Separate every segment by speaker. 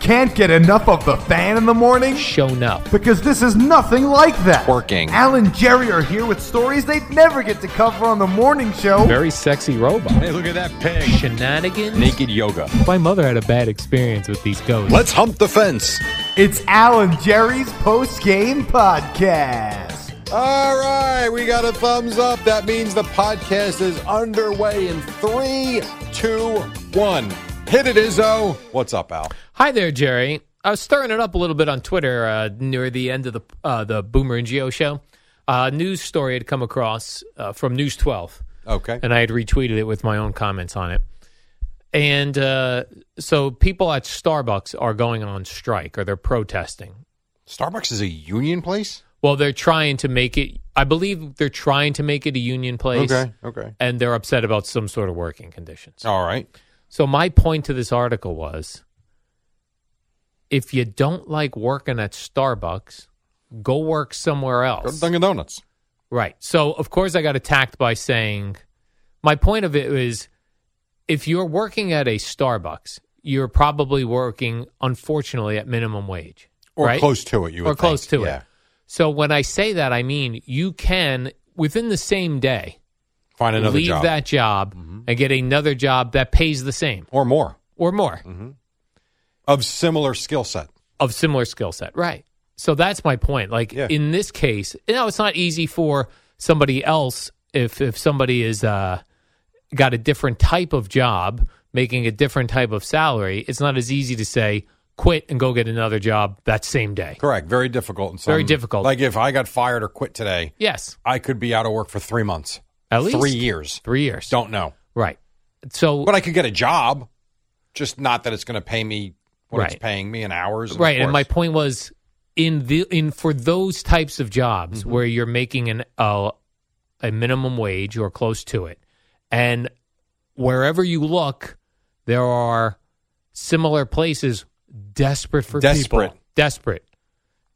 Speaker 1: Can't get enough of the fan in the morning?
Speaker 2: shown up.
Speaker 1: Because this is nothing like that.
Speaker 3: Working.
Speaker 1: Al and Jerry are here with stories they'd never get to cover on the morning show.
Speaker 2: Very sexy robot.
Speaker 3: Hey, look at that pig.
Speaker 2: Shenanigans.
Speaker 3: Naked yoga.
Speaker 2: My mother had a bad experience with these ghosts.
Speaker 3: Let's hump the fence.
Speaker 1: It's Al and Jerry's post game podcast.
Speaker 3: All right, we got a thumbs up. That means the podcast is underway in three, two, one. Hit it, Izzo. What's up, Al?
Speaker 2: Hi there, Jerry. I was stirring it up a little bit on Twitter uh, near the end of the uh, the Boomer and Geo show. Uh, news story had come across uh, from News 12,
Speaker 3: Okay.
Speaker 2: and I had retweeted it with my own comments on it. And uh, so people at Starbucks are going on strike or they're protesting.
Speaker 3: Starbucks is a union place?
Speaker 2: Well, they're trying to make it. I believe they're trying to make it a union place.
Speaker 3: Okay, okay.
Speaker 2: And they're upset about some sort of working conditions.
Speaker 3: All right.
Speaker 2: So my point to this article was if you don't like working at Starbucks, go work somewhere
Speaker 3: Go to
Speaker 2: else.
Speaker 3: Dunkin' Donuts.
Speaker 2: Right. So of course I got attacked by saying my point of it is if you're working at a Starbucks, you're probably working unfortunately at minimum wage.
Speaker 3: Or
Speaker 2: right?
Speaker 3: close to it, you would
Speaker 2: or close
Speaker 3: think.
Speaker 2: to
Speaker 3: Yeah.
Speaker 2: it. So when I say that, I mean you can within the same day
Speaker 3: Find another
Speaker 2: leave
Speaker 3: job. Mm-hmm.
Speaker 2: that job and get another job that pays the same
Speaker 3: Or more
Speaker 2: or more
Speaker 3: Mm-hmm. of similar skill set.
Speaker 2: of similar skill set. Right. So that's my point. Like
Speaker 3: Yeah.
Speaker 2: in this case, you know, it's not easy for somebody else if if somebody is uh, got a different type of job, making a different type of salary. It's not as easy to say quit and go get another job that same day.
Speaker 3: Correct. Very difficult. In some,
Speaker 2: Very difficult.
Speaker 3: Like if I got fired or quit today,
Speaker 2: Yes,
Speaker 3: I could be out of work for three months,
Speaker 2: at least
Speaker 3: three years.
Speaker 2: Three years.
Speaker 3: Don't know.
Speaker 2: Right. So
Speaker 3: But I could get a job, just not that it's going to pay me what it's
Speaker 2: Right.
Speaker 3: paying me in hours. And
Speaker 2: right and my
Speaker 3: course.
Speaker 2: point was in the in for those types of jobs
Speaker 3: Mm-hmm.
Speaker 2: where you're making an uh, a minimum wage or close to it and wherever you look there are similar places desperate for
Speaker 3: Desperate.
Speaker 2: people desperate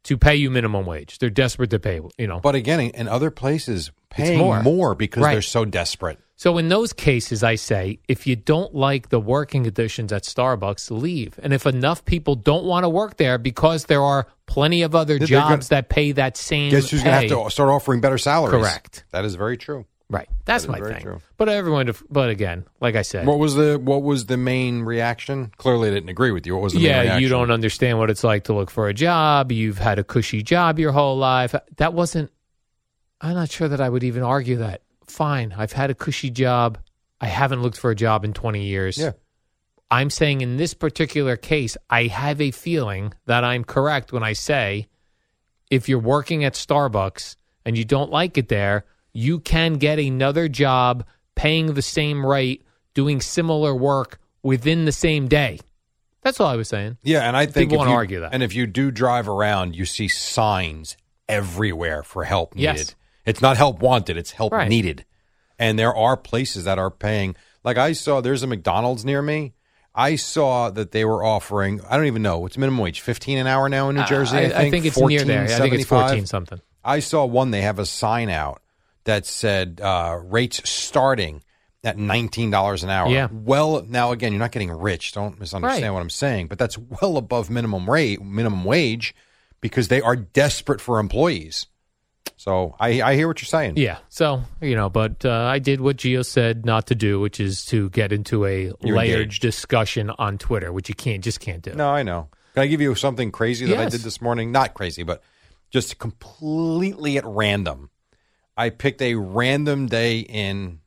Speaker 2: to pay you minimum wage they're desperate to pay you know
Speaker 3: But again, in- in other places, paying
Speaker 2: more.
Speaker 3: more. because
Speaker 2: Right.
Speaker 3: they're so desperate.
Speaker 2: So in those cases, I say if you don't like the working conditions at Starbucks, leave. And if enough people don't want to work there because there are plenty of other
Speaker 3: They're gonna-
Speaker 2: jobs that pay that same,
Speaker 3: Guess who's going
Speaker 2: pay-
Speaker 3: to have to start offering better salaries?
Speaker 2: Correct.
Speaker 3: That is very true.
Speaker 2: Right, that's
Speaker 3: is
Speaker 2: my
Speaker 3: very
Speaker 2: thing.
Speaker 3: true.
Speaker 2: But everyone, but again, like I said,
Speaker 3: What was the What was the main reaction? Clearly, I didn't agree with you. What was the main
Speaker 2: yeah,
Speaker 3: reaction?
Speaker 2: you don't understand what it's like to look for a job. You've had a cushy job your whole life. That wasn't. I'm not sure that I would even argue that. Fine, I've had a cushy job. I haven't looked for a job in 20 years.
Speaker 3: Yeah.
Speaker 2: I'm saying in this particular case, I have a feeling that I'm correct when I say if you're working at Starbucks and you don't like it there, you can get another job paying the same rate, doing similar work within the same day. That's all I was saying.
Speaker 3: Yeah, and I think
Speaker 2: People
Speaker 3: if
Speaker 2: wanna
Speaker 3: you-
Speaker 2: argue that.
Speaker 3: And if you do drive around, you see signs everywhere for help needed.
Speaker 2: Yes.
Speaker 3: It's not help wanted; it's help
Speaker 2: Right.
Speaker 3: needed. And there are places that are paying. Like I saw, there's a McDonald's near me. I saw that they were offering. I don't even know what's minimum wage, fifteen an hour now in New Jersey. I,
Speaker 2: Uh, I, I think it's near there. I think it's 14 something.
Speaker 3: I saw one. They have a sign out that said uh, rates starting at nineteen dollars an hour.
Speaker 2: Yeah.
Speaker 3: Well, now again, you're not getting rich. Don't misunderstand
Speaker 2: Right.
Speaker 3: what I'm saying, but that's well above minimum rate, minimum wage, because they are desperate for employees. So I, I hear what you're saying.
Speaker 2: Yeah. So, you know, but uh, I did what Gio said not to do, which is to get into a
Speaker 3: You're
Speaker 2: layered
Speaker 3: engaged.
Speaker 2: discussion on Twitter, which you can't, just can't do.
Speaker 3: No, I know. Can I give you something crazy that I
Speaker 2: Yes.
Speaker 3: did this morning? Not crazy, but just completely at random. I picked a random day in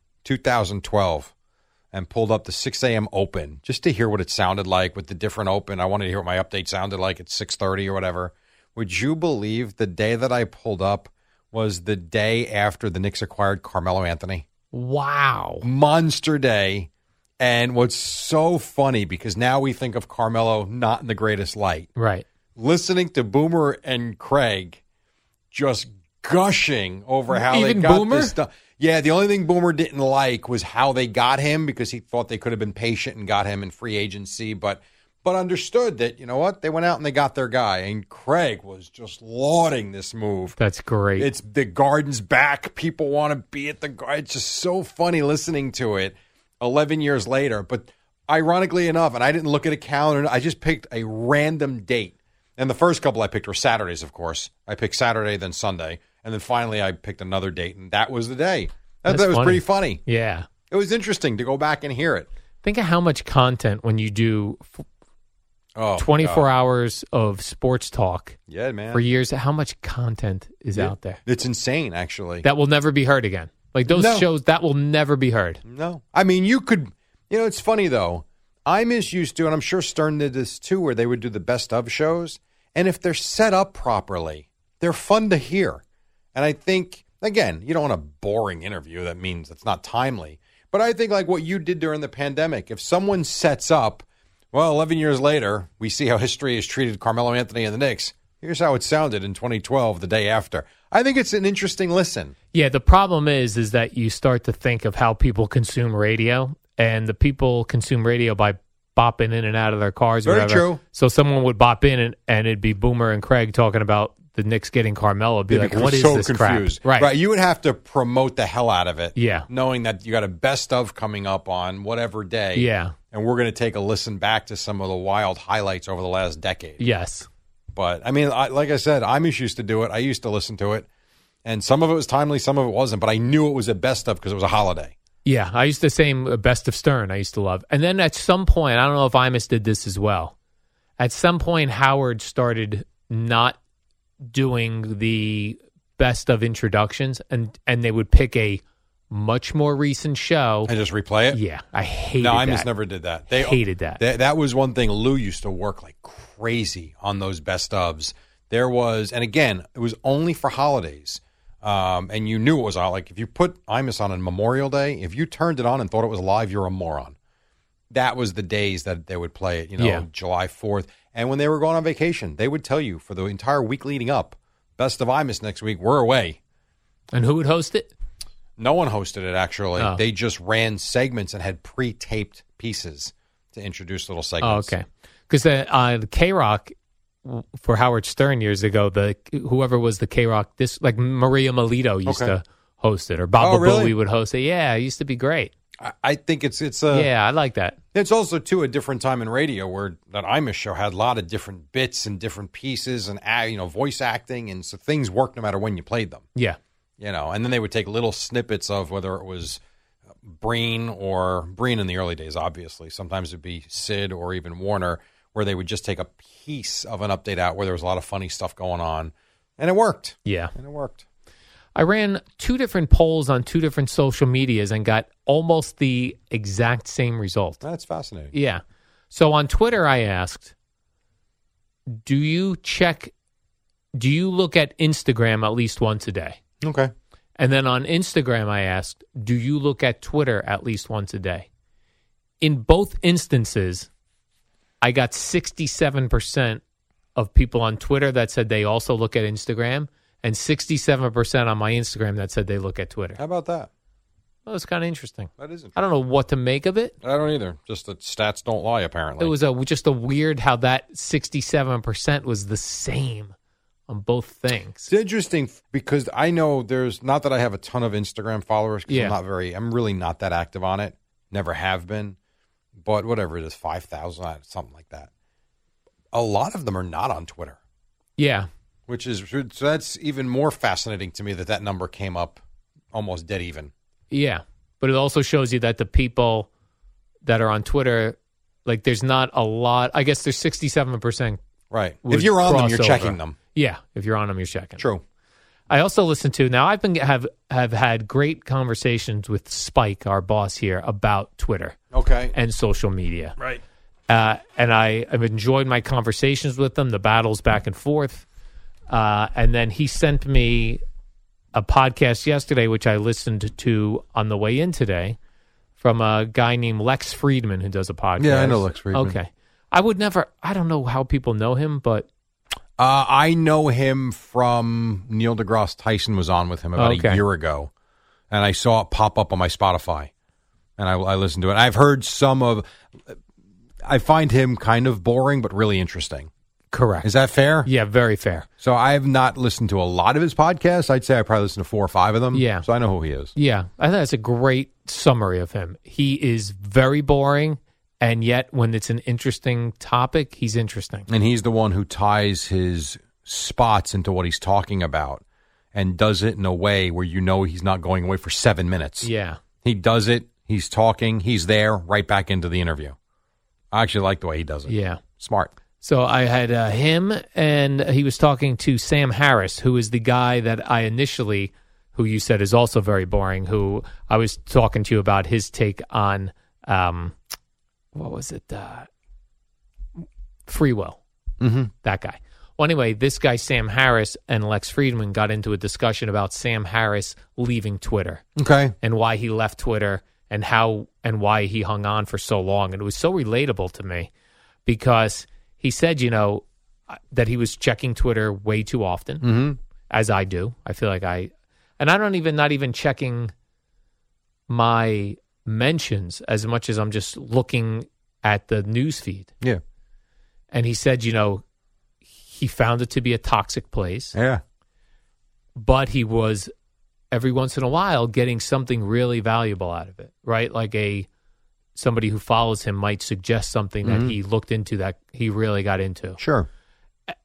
Speaker 3: 2012 and pulled up the 6 a.m. open just to hear what it sounded like with the different open. I wanted to hear what my update sounded like at 6:30 or whatever. Would you believe the day that I pulled up was the day after the Knicks acquired Carmelo Anthony?
Speaker 2: Wow.
Speaker 3: monster day And what's so funny because now we think of Carmelo not in the greatest light.
Speaker 2: Right.
Speaker 3: Listening to Boomer and Craig just gushing over how
Speaker 2: Even
Speaker 3: they got
Speaker 2: Boomer?
Speaker 3: this stuff. Yeah, the only thing Boomer didn't like was how they got him because he thought they could have been patient and got him in free agency, but but understood that, you know what, they went out and they got their guy. And Craig was just lauding this move.
Speaker 2: That's great.
Speaker 3: It's the garden's back. People want to be at the garden. It's just so funny listening to it 11 years later. But ironically enough, and I didn't look at a calendar, I just picked a random date. And the first couple I picked were Saturdays, of course. I picked Saturday, then Sunday. And then finally I picked another date, and that was the day. That,
Speaker 2: That's
Speaker 3: that was
Speaker 2: funny.
Speaker 3: pretty funny.
Speaker 2: yeah.
Speaker 3: It was interesting to go back and hear it.
Speaker 2: Think of how much content when you do f-
Speaker 3: Oh,
Speaker 2: 24
Speaker 3: God.
Speaker 2: hours of sports talk
Speaker 3: Yeah, man.
Speaker 2: for years. How much content is out there
Speaker 3: It's insane, actually.
Speaker 2: that will never be heard again? Like those
Speaker 3: No.
Speaker 2: shows that will never be heard.
Speaker 3: No. I mean, you could, you know, it's funny though. I'm as used to, and I'm sure Stern did this too, where they would do the best of shows. And if they're set up properly, they're fun to hear. And I think, again, you don't want a boring interview. That means it's not timely. But I think, like what you did during the pandemic, if someone sets up, well, 11 years later, we see how history has treated Carmelo Anthony and the Knicks. Here's how it sounded in 2012, the day after. I think it's an interesting listen.
Speaker 2: Yeah, the problem is is that you start to think of how people consume radio, and the people consume radio by bopping in and out of their cars. or
Speaker 3: Very
Speaker 2: whatever.
Speaker 3: true.
Speaker 2: So someone would bop in, and, and it'd be Boomer and Craig talking about the Knicks getting Carmelo. It'd be
Speaker 3: They
Speaker 2: like,
Speaker 3: become
Speaker 2: what is
Speaker 3: so
Speaker 2: this
Speaker 3: confused.
Speaker 2: crap? Right.
Speaker 3: Right. You would have to promote the hell out of it.
Speaker 2: Yeah.
Speaker 3: Knowing that you got a best of coming up on whatever day.
Speaker 2: Yeah.
Speaker 3: And we're going to take a listen back to some of the wild highlights over the last decade.
Speaker 2: Yes.
Speaker 3: But I mean, I, like I said, I'm just used to do it. I used to listen to it. And some of it was timely, some of it wasn't. But I knew it was a best of because it was a holiday.
Speaker 2: Yeah, I used to same uh, best of Stern. I used to love, and then at some point, I don't know if Imus did this as well. At some point, Howard started not doing the best of introductions, and and they would pick a much more recent show.
Speaker 3: And just replay it.
Speaker 2: Yeah, I hated
Speaker 3: No, I
Speaker 2: that.
Speaker 3: just never did that. They
Speaker 2: Hated that.
Speaker 3: Th- That was one thing. Lou used to work like crazy on those best ofs. There was, and again, it was only for holidays. Um, and you knew it was on. Like if you put Imus on on Memorial Day, if you turned it on and thought it was live, you're a moron. That was the days that they would play it. You know,
Speaker 2: Yeah.
Speaker 3: July Fourth, and when they were going on vacation, they would tell you for the entire week leading up, best of Imus next week. We're away.
Speaker 2: And who would host it?
Speaker 3: No one hosted it actually.
Speaker 2: Oh.
Speaker 3: They just ran segments and had pre-taped pieces to introduce little
Speaker 2: Oh,
Speaker 3: segments.
Speaker 2: okay. Because the, uh, the K Rock for Howard Stern years ago, the whoever was the K Rock, this like Maria Melito used
Speaker 3: Okay.
Speaker 2: to host it, or Bob
Speaker 3: Oh, really?
Speaker 2: Bowie would host it. Yeah, it used to be great.
Speaker 3: I, I think it's it's a
Speaker 2: yeah, I like that.
Speaker 3: it's also too a different time in radio where that Imus show had a lot of different bits and different pieces and ah, you know voice acting and so things worked no matter when you played them.
Speaker 2: Yeah.
Speaker 3: You know, and then they would take little snippets of whether it was Breen or Breen in the early days, obviously. Sometimes it'd be Sid or even Warner, where they would just take a piece of an update out where there was a lot of funny stuff going on, and it worked.
Speaker 2: Yeah.
Speaker 3: And it worked.
Speaker 2: I ran two different polls on two different social medias and got almost the exact same result.
Speaker 3: That's fascinating.
Speaker 2: Yeah. So on Twitter, I asked, do you check, do you look at Instagram at least once a day?
Speaker 3: Okay.
Speaker 2: And then on Instagram, I asked, do you look at Twitter at least once a day? In both instances, I got 67% of people on Twitter that said they also look at Instagram, and 67% on my Instagram that said they look at Twitter.
Speaker 3: How about that?
Speaker 2: That was kind of interesting.
Speaker 3: That isn't.
Speaker 2: I don't know what to make of it.
Speaker 3: I don't either. Just that stats don't lie, apparently.
Speaker 2: It was a, just a weird how that 67% was the same on both things.
Speaker 3: It's interesting f- because I know there's not that I have a ton of Instagram followers. 'cause
Speaker 2: Yeah.
Speaker 3: I'm not very. I'm really not that active on it. Never have been. But whatever it is, five thousand, something like that. A lot of them are not on Twitter,
Speaker 2: Yeah.
Speaker 3: which is so that's even more fascinating to me that that number came up almost dead even.
Speaker 2: Yeah, but it also shows you that the people that are on Twitter, like, there's not a lot. I guess there's 67 percent.
Speaker 3: Right. If you're on them, you're checking them.
Speaker 2: Yeah, if you're on them, you're checking.
Speaker 3: True.
Speaker 2: I also listen to now. I've been have have had great conversations with Spike, our boss here, about Twitter
Speaker 3: Okay.
Speaker 2: and social media. Right. Uh, and I have enjoyed my conversations with them, the battles back and forth. Uh, and then he sent me a podcast yesterday, which I listened to on the way in today from a guy named Lex Friedman who does a podcast.
Speaker 3: Yeah, I know Lex Friedman.
Speaker 2: Okay. I would never, I don't know how people know him, but
Speaker 3: Uh, I know him from Neil deGrasse Tyson was on with him about
Speaker 2: Okay.
Speaker 3: a year ago, and I saw it pop up on my Spotify, and I, I listened to it. I've heard some of. I find him kind of boring, but really interesting.
Speaker 2: correct.
Speaker 3: Is that fair?
Speaker 2: yeah, very fair.
Speaker 3: So I have not listened to a lot of his podcasts. I'd say I probably listened to four or five of them.
Speaker 2: Yeah.
Speaker 3: So I know who he is.
Speaker 2: Yeah, I think that's a great summary of him. He is very boring, and yet when it's an interesting topic, he's interesting.
Speaker 3: And he's the one who ties his spots into what he's talking about and does it in a way where you know he's not going away for seven minutes.
Speaker 2: Yeah,
Speaker 3: He does it. He's talking. He's there. Right back into the interview. I actually like the way he does it.
Speaker 2: yeah.
Speaker 3: Smart.
Speaker 2: So I had uh, him, and he was talking to Sam Harris, who is the guy that I initially, who you said is also very boring, who I was talking to you about his take on, um, what was it? Uh, free will. Mm-hmm. That guy. Well, anyway, this guy, Sam Harris, and Lex Friedman got into a discussion about Sam Harris leaving Twitter
Speaker 3: Okay.
Speaker 2: and why he left Twitter and how and why he hung on for so long. And it was so relatable to me because he said, you know, uh, that he was checking Twitter way too often, mm-hmm. as I do. I feel like I, and I don't even, not even checking my mentions as much as I'm just looking at the news feed.
Speaker 3: Yeah.
Speaker 2: And he said, you know, he found it to be a toxic place
Speaker 3: Yeah.
Speaker 2: but he was every once in a while getting something really valuable out of it, right? Like a somebody who follows him might suggest something that he looked into that he really got into,
Speaker 3: Sure.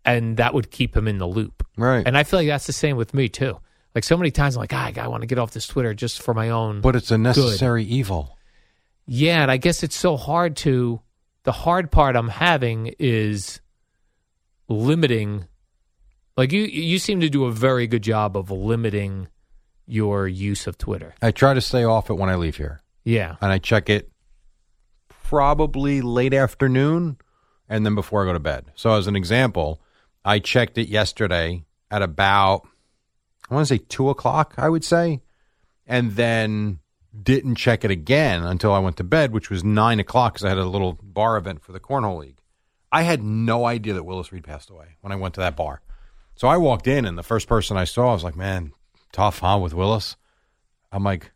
Speaker 2: and that would keep him in the loop.
Speaker 3: Right.
Speaker 2: And I feel like that's the same with me too. Like so many times, I'm like, ah, I want to get off this Twitter just for my own.
Speaker 3: but it's a necessary evil.
Speaker 2: Yeah, and I guess it's so hard to. The hard part I'm having is limiting. Like you, you seem to do a very good job of limiting your use of Twitter.
Speaker 3: I try to stay off it when I leave here,
Speaker 2: Yeah,
Speaker 3: and I check it probably late afternoon and then before I go to bed. So, as an example, I checked it yesterday at about, I want to say two o'clock, I would say, and then didn't check it again until I went to bed, which was nine o'clock because I had a little bar event for the Cornhole League. I had no idea that Willis Reed passed away when I went to that bar. So I walked in, and the first person I saw, I was like, man, tough, huh, with Willis? I'm like,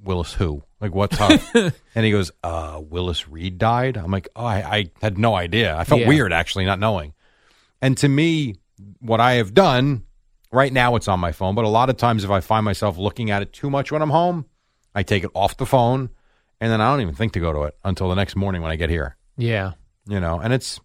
Speaker 3: Willis who? Like, what tough? and he goes, uh, Willis Reed died? I'm like, oh, I, I had no idea. I felt
Speaker 2: Yeah.
Speaker 3: weird, actually, not knowing. And to me, what I have done right now, it's on my phone, but a lot of times if I find myself looking at it too much when I'm home, I take it off the phone, and then I don't even think to go to it until the next morning when I get here
Speaker 2: yeah,
Speaker 3: you know and it's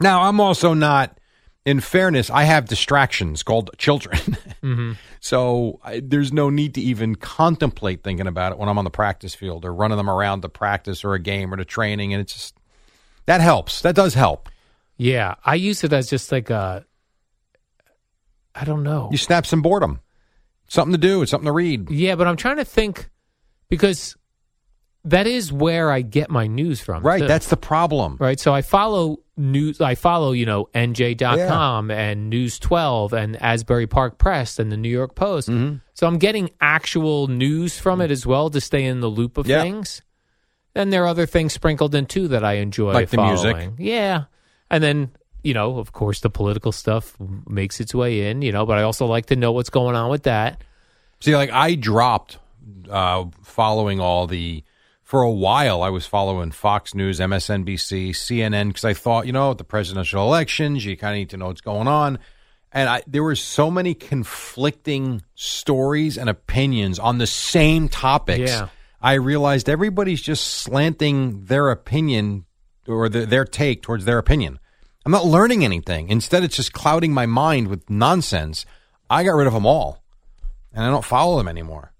Speaker 3: now i'm also not in fairness i have distractions called children so I, there's no need to even contemplate thinking about it when i'm on the practice field or running them around to practice or a game or to training and it's just that helps that does help
Speaker 2: yeah. I use it as just like a. I don't know.
Speaker 3: you snap some boredom something to do it's something to read
Speaker 2: Yeah, but I'm trying to think because that is where I get my news from.
Speaker 3: right
Speaker 2: too.
Speaker 3: that's the problem
Speaker 2: right? So I follow news. I follow you know NJ.com and News 12 and Asbury Park Press and the New York Post.
Speaker 3: Mm-hmm.
Speaker 2: So I'm getting actual news from it as well to stay in the loop of
Speaker 3: Yeah.
Speaker 2: things. And there are other things sprinkled in too that I enjoy,
Speaker 3: Like the music.
Speaker 2: following. yeah. And then you know, of course, the political stuff makes its way in. You know, but I also like to know what's going on with that.
Speaker 3: See, like I dropped uh, following all the for a while. I was following Fox News, MSNBC, CNN because I thought, you know, with the presidential elections, you kind of need to know what's going on. And I, there were so many conflicting stories and opinions on the same topics.
Speaker 2: Yeah.
Speaker 3: I realized everybody's just slanting their opinion or the, their take towards their opinion. I'm not learning anything. Instead, it's just clouding my mind with nonsense. I got rid of them all and I don't follow them anymore.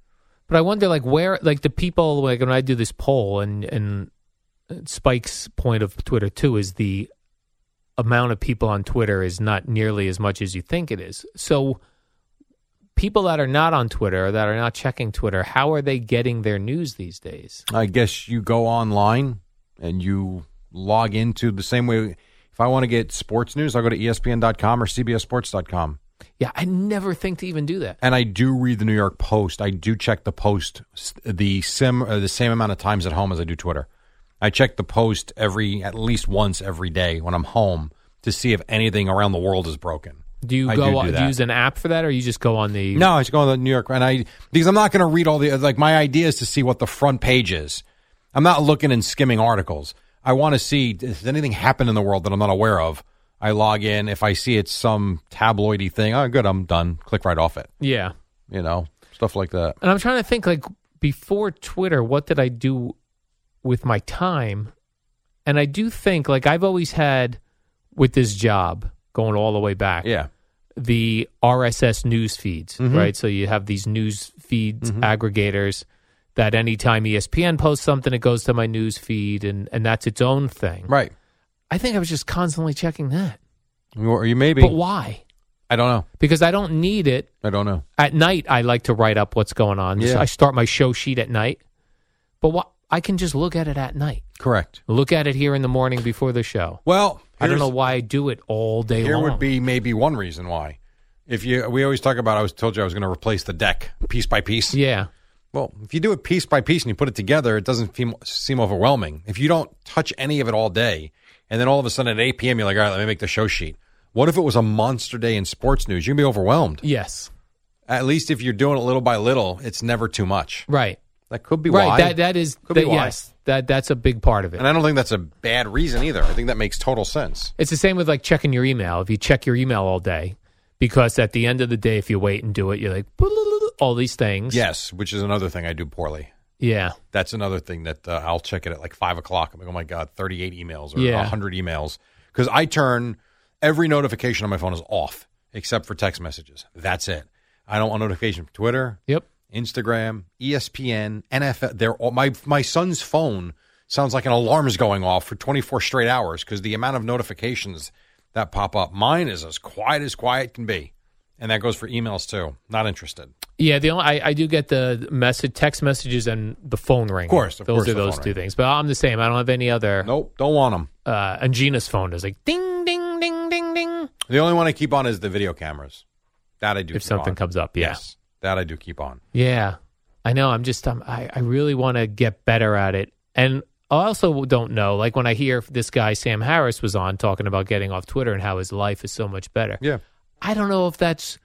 Speaker 2: But I wonder, like, where, like, the people, like, when I do this poll, and and Spike's point of Twitter too is the amount of people on Twitter is not nearly as much as you think it is. So, people that are not on Twitter, that are not checking Twitter, how are they getting their news these days?
Speaker 3: I guess you go online and you E log into the same way. If I want to get sports news, I'll go to ESPN.com or CBSSports.com.
Speaker 2: Yeah, I never think to even do that.
Speaker 3: And I do read the New York Post. I do check the Post s- the sim uh, the same amount of times at home as I do Twitter. I check the Post every at least once every day when I'm home to see if anything around the world is broken.
Speaker 2: Do you
Speaker 3: I
Speaker 2: go?
Speaker 3: do do
Speaker 2: on- Do,
Speaker 3: that.
Speaker 2: you use an app for that, or you just go on the?
Speaker 3: No, I just go to the New York and I because I'm not going to read all the like my idea is to see what the front page is. I'm not looking and skimming articles. I want to see does anything happen in the world that I'm not aware of. I log in if I see it's some tabloidy thing. Oh, good, I'm done. Click right off it.
Speaker 2: Yeah,
Speaker 3: You know, stuff like that.
Speaker 2: and I'm trying to think like before Twitter, what did I do with my time? And I do think like I've always had with this job going all the way back.
Speaker 3: Yeah. Mm-hmm.
Speaker 2: the RSS news feeds, right? So you have these news feed aggregators that anytime E ESPN posts something, it goes to my news feed, and, and that's its own thing.
Speaker 3: Right.
Speaker 2: I think I was just constantly checking that.
Speaker 3: Or you maybe.
Speaker 2: But why?
Speaker 3: I don't know.
Speaker 2: Because I don't need it.
Speaker 3: I don't know.
Speaker 2: At night, I like to write up what's going on.
Speaker 3: Yeah.
Speaker 2: I start my show sheet at night. But what, I can just look at it at night.
Speaker 3: Correct.
Speaker 2: Look at it here in the morning before the show.
Speaker 3: Well,
Speaker 2: I don't
Speaker 3: here's-
Speaker 2: know why I do it all day
Speaker 3: Here
Speaker 2: long.
Speaker 3: would be maybe one reason why. If you, we always talk about. I was told you I was going to replace the deck piece by piece.
Speaker 2: yeah.
Speaker 3: Well, if you do it piece by piece and you put it together, it doesn't seem, seem overwhelming. If you don't touch any of it all day, and then all of a sudden at 8 p.m. you're like, all right, let me make the show sheet. What if it was a monster day in sports news? You'd be overwhelmed.
Speaker 2: Yes.
Speaker 3: At least if you're doing it little by little, it's never too much.
Speaker 2: Right.
Speaker 3: That could be
Speaker 2: Right.
Speaker 3: why.
Speaker 2: That that is
Speaker 3: Could be
Speaker 2: that-
Speaker 3: why.
Speaker 2: yes. That that's a big part of it.
Speaker 3: and I don't think that's a bad reason either. I think that makes total sense.
Speaker 2: It's the same with like checking your email. If you check your email all day, because at the end of the day, if you wait and do it, you're like all these things.
Speaker 3: Yes, which is another thing I do poorly.
Speaker 2: Yeah.
Speaker 3: That's another thing that uh, I'll check it at like five o'clock. I'm like, oh my god, 38 emails or
Speaker 2: Yeah.
Speaker 3: 100 emails because I turn every notification on my phone is off except for text messages. That's it. I don't want notification from Twitter,
Speaker 2: Yep.
Speaker 3: Instagram, E ESPN, NFL. They're all, my my son's phone sounds like an alarm is going off for 24 straight hours because the amount of notifications that pop up. Mine is as quiet as quiet can be, and that goes for emails too. Not interested.
Speaker 2: Yeah. The only I, I do get the message, text messages, and the phone ring.
Speaker 3: course, of
Speaker 2: those
Speaker 3: course
Speaker 2: are
Speaker 3: the
Speaker 2: those
Speaker 3: phone
Speaker 2: two
Speaker 3: ring.
Speaker 2: things. But I'm the same. I don't have any other.
Speaker 3: Nope, don't want them.
Speaker 2: Uh, and Gina's phone is like ding, ding, ding, ding, ding.
Speaker 3: The only one I keep on is the video cameras. That I do.
Speaker 2: If
Speaker 3: keep
Speaker 2: something
Speaker 3: on.
Speaker 2: comes up, yeah.
Speaker 3: yes, that I do keep on.
Speaker 2: Yeah, I know. I'm just I'm, I I really want to get better at it, and I also don't know. Like when I hear this guy Sam Harris was on talking about getting off Twitter and how his life is so much better.
Speaker 3: Yeah,
Speaker 2: I don't know if that's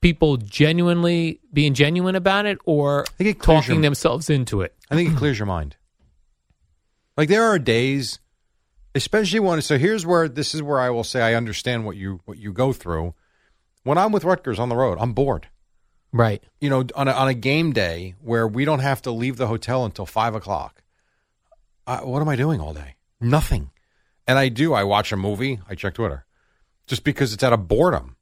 Speaker 2: people genuinely being genuine about it or
Speaker 3: think it clears
Speaker 2: talking
Speaker 3: your-
Speaker 2: themselves into it.
Speaker 3: I think it clears your mind. Like there are days, especially when. So here's where this is where I will say I understand what you what you go through. When I'm with Rutgers on the road, I'm bored.
Speaker 2: Right.
Speaker 3: You know, on a, on a game day where we don't have to leave the hotel until five o'clock. I, what am I doing all day? Nothing. And I do. I watch a movie. I check Twitter, just because it's out of boredom.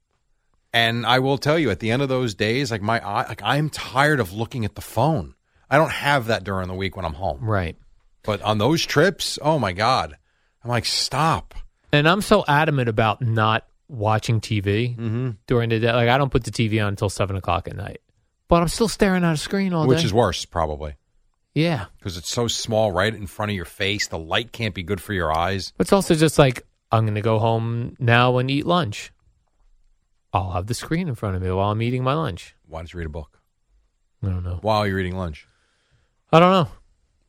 Speaker 3: And I will tell you, at the end of those days, like my eye, like I'm tired of looking at the phone. I don't have that during the week when I'm home.
Speaker 2: Right.
Speaker 3: But on those trips, oh my god, I'm like stop.
Speaker 2: And I'm so adamant about not watching TV
Speaker 3: Mm-hmm.
Speaker 2: during the day. Like I don't put the TV on until seven o'clock at night, but I'm still staring at a screen all
Speaker 3: Which
Speaker 2: day.
Speaker 3: is worse, probably,
Speaker 2: yeah.
Speaker 3: because it's so small, right in front of your face. The light can't be good for your eyes.
Speaker 2: But it's also just like I'm going to go home now and eat lunch. I'll have the screen in front of me while I'm eating my lunch.
Speaker 3: Why don't you read a book
Speaker 2: I don't know.
Speaker 3: while you're eating lunch
Speaker 2: I don't know.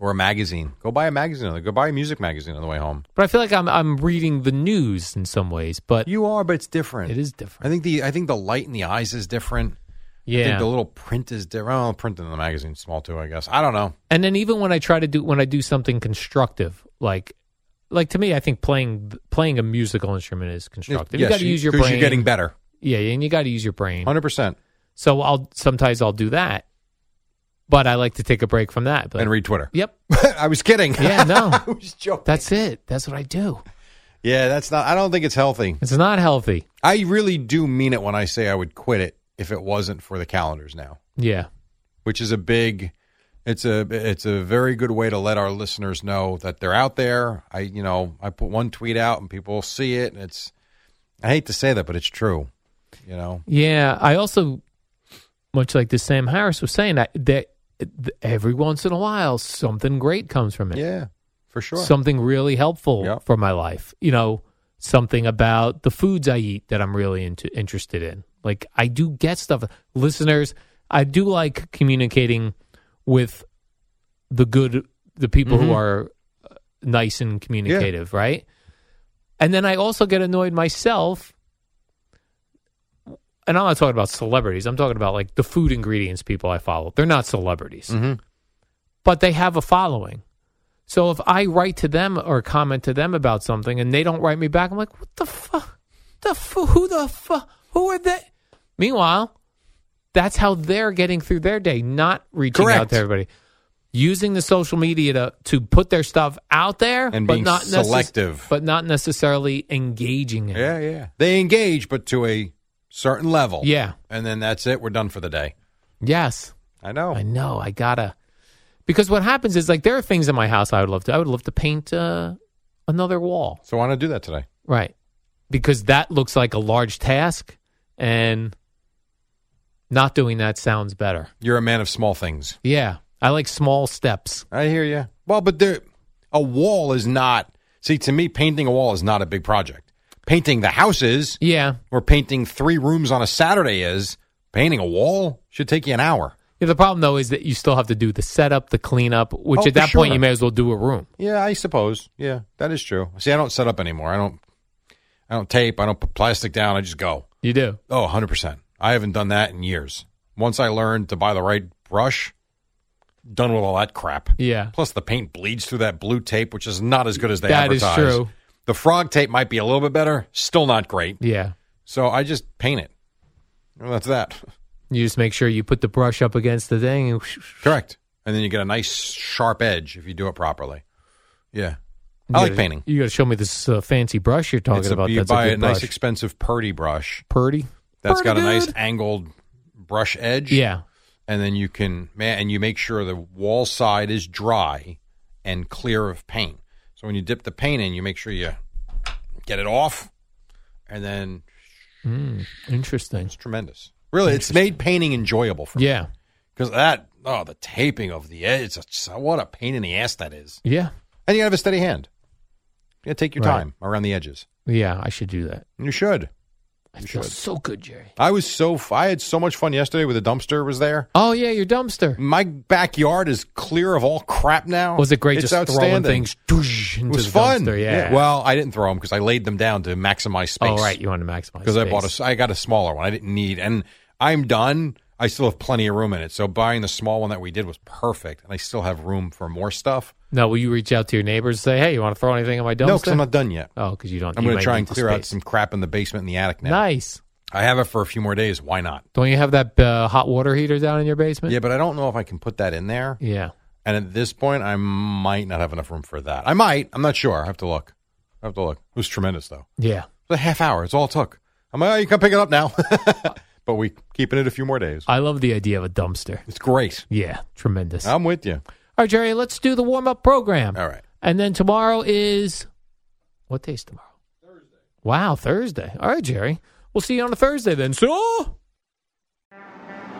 Speaker 3: or a magazine? Go buy a magazine. on the- Go buy a music magazine on the way home.
Speaker 2: But I feel like I'm I'm reading the news in some ways, but
Speaker 3: You are, but it's different.
Speaker 2: it is
Speaker 3: I
Speaker 2: different.
Speaker 3: think the I think the light in the eyes is different. I think
Speaker 2: Yeah.
Speaker 3: the little print is different. Well, print in the magazine's small too, I guess. I don't know.
Speaker 2: and then even when I try to do when I do something constructive, like like to me, I think playing playing a musical instrument is constructive. you
Speaker 3: Yes,
Speaker 2: got to use your
Speaker 3: 'cause
Speaker 2: brain.
Speaker 3: You're getting better,
Speaker 2: yeah, and you got to use your brain.
Speaker 3: hundred percent,
Speaker 2: So I'll sometimes I'll do that, but I like to take a break from that. But
Speaker 3: and read Twitter.
Speaker 2: yep,
Speaker 3: I was kidding.
Speaker 2: yeah, no,
Speaker 3: I was joking.
Speaker 2: that's it. That's what I do.
Speaker 3: Yeah, that's not. I don't think it's healthy.
Speaker 2: It's not healthy.
Speaker 3: I really do mean it when I say I would quit it if it wasn't for the calendars now,
Speaker 2: Yeah.
Speaker 3: which is a big. It's a it's a very good way to let our listeners know that they're out there. I you know I put one tweet out and people see it. And it's I hate to say that, but it's true. You know.
Speaker 2: Yeah. I also, much like this Sam Harris was saying, that, that every once in a while, something great comes from it.
Speaker 3: Yeah, for sure.
Speaker 2: Something really helpful
Speaker 3: Yep.
Speaker 2: for my life. You know, something about the foods I eat that I'm really into, interested in. Like I do get stuff. Listeners, I do like communicating with the good, the people who are uh, nice and communicative, right? And then I also get annoyed myself. And I'm not talking about celebrities. I'm talking about like the food ingredients people I follow. They're not celebrities, but they have a following. So if I write to them or comment to them about something and they don't write me back, I'm like, what the fuck? The fu- who the fuck? Who are they? Meanwhile, that's how they're getting through their day, not reaching out
Speaker 3: Correct.
Speaker 2: to everybody, using the social media to to put their stuff out there
Speaker 3: And
Speaker 2: but
Speaker 3: being
Speaker 2: not necess-
Speaker 3: selective.
Speaker 2: but not necessarily engaging. in it.
Speaker 3: Yeah, yeah. They engage, but to a certain level.
Speaker 2: Yeah.
Speaker 3: And then that's it. We're done for the day.
Speaker 2: Yes.
Speaker 3: I know.
Speaker 2: I know. I gotta. Because what happens is like there are things in my house I would love to. I would love to paint uh, another wall.
Speaker 3: So why not do that today?
Speaker 2: Right. Because that looks like a large task, and not doing that sounds better.
Speaker 3: You're a man of small things.
Speaker 2: Yeah. I like small steps.
Speaker 3: I hear you. Well, but there, a wall is not. See, to me, painting a wall is not a big project. Painting the house is,
Speaker 2: Yeah.
Speaker 3: or painting three rooms on a Saturday is. Painting a wall should take you an hour.
Speaker 2: Yeah, the problem though is that you still have to do the setup, the cleanup, which at
Speaker 3: Oh, for
Speaker 2: that point
Speaker 3: sure.
Speaker 2: you may as well do a room.
Speaker 3: Yeah, I suppose. Yeah, that is true. See, I don't set up anymore. I don't. I don't tape. I don't put plastic down. I just go.
Speaker 2: You do.
Speaker 3: Oh, 100 percent. I haven't done that in years. Once I learned to buy the right brush, done with all that crap.
Speaker 2: Yeah.
Speaker 3: Plus, the paint bleeds through that blue tape, which is not as good as they
Speaker 2: That is
Speaker 3: advertise.
Speaker 2: true.
Speaker 3: The frog tape might be a little bit better. Still not great.
Speaker 2: Yeah.
Speaker 3: So I just paint it. Well, that's that.
Speaker 2: You just make sure you put the brush up against the thing. and
Speaker 3: Correct. And then you get a nice sharp edge if you do it properly. Yeah,
Speaker 2: You
Speaker 3: I like
Speaker 2: gotta-
Speaker 3: painting.
Speaker 2: You got to show me this uh, fancy brush you're talking
Speaker 3: It's a-
Speaker 2: about.
Speaker 3: you
Speaker 2: That's
Speaker 3: buy
Speaker 2: a,
Speaker 3: a,
Speaker 2: good
Speaker 3: nice
Speaker 2: brush.
Speaker 3: expensive Purdy brush.
Speaker 2: Purdy.
Speaker 3: That's got a
Speaker 2: Pretty
Speaker 3: nice
Speaker 2: good.
Speaker 3: angled brush edge.
Speaker 2: Yeah,
Speaker 3: And then you can man and you make sure the wall side is dry and clear of paint. So when you dip the paint in, you make sure you get it off. And then
Speaker 2: interesting.
Speaker 3: it's tremendous. Really, it's made painting enjoyable for me.
Speaker 2: Yeah,
Speaker 3: Because that oh, the taping of the edge it's just- what a pain in the ass that is.
Speaker 2: yeah,
Speaker 3: And you gotta have a steady hand. You gotta take your
Speaker 2: Right.
Speaker 3: time around the edges.
Speaker 2: yeah. I should do that.
Speaker 3: You should.
Speaker 2: I feel so good, Jerry.
Speaker 3: I was so f- I had so much fun yesterday with the dumpster was there.
Speaker 2: Oh yeah, your dumpster
Speaker 3: My backyard is clear of all crap now.
Speaker 2: was it great?
Speaker 3: It's
Speaker 2: just throwing
Speaker 3: outstanding.
Speaker 2: things doosh,
Speaker 3: It
Speaker 2: into
Speaker 3: was
Speaker 2: the
Speaker 3: fun.
Speaker 2: dumpster. Yeah.
Speaker 3: Well, I didn't throw them because I laid them down to maximize space.
Speaker 2: oh right, you want to maximize
Speaker 3: Because I bought a,
Speaker 2: space.
Speaker 3: s- I got a smaller one. I didn't need, and I'm done. I still have plenty of room in it. So buying the small one that we did was perfect, and I still have room for more stuff.
Speaker 2: Now, will you reach out to your neighbors and say, "Hey, you want to throw anything in my dumpster?"
Speaker 3: No, because I'm not done yet.
Speaker 2: oh, because you don't.
Speaker 3: I'm
Speaker 2: you
Speaker 3: going
Speaker 2: might
Speaker 3: to try
Speaker 2: need
Speaker 3: and
Speaker 2: the
Speaker 3: clear out
Speaker 2: space.
Speaker 3: some crap in the basement and the attic now.
Speaker 2: Nice.
Speaker 3: I have it for a few more days. Why not?
Speaker 2: Don't you have that uh, hot water heater down in your basement?
Speaker 3: Yeah, but I don't know if I can put that in there.
Speaker 2: Yeah.
Speaker 3: And at this point, I might not have enough room for that. I might. I'm not sure. I have to look. I have to look. It was tremendous, though.
Speaker 2: Yeah.
Speaker 3: It was a half hour. It's all it took. I'm like, oh, you can pick it up now. but we keeping it a few more days.
Speaker 2: I love the idea of a dumpster.
Speaker 3: It's great.
Speaker 2: Yeah, tremendous.
Speaker 3: I'm with you.
Speaker 2: All right, Jerry, let's do the warm up program.
Speaker 3: Oh. All right.
Speaker 2: And then tomorrow is what day is tomorrow? Thursday. Wow, Thursday. All right, Jerry. We'll see you on a Thursday then. So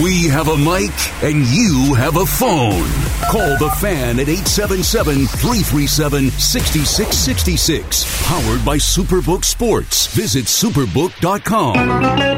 Speaker 4: We have a mic and you have a phone. Call the fan at 877 337 6666. Powered by Superbook Sports. Visit superbook.com.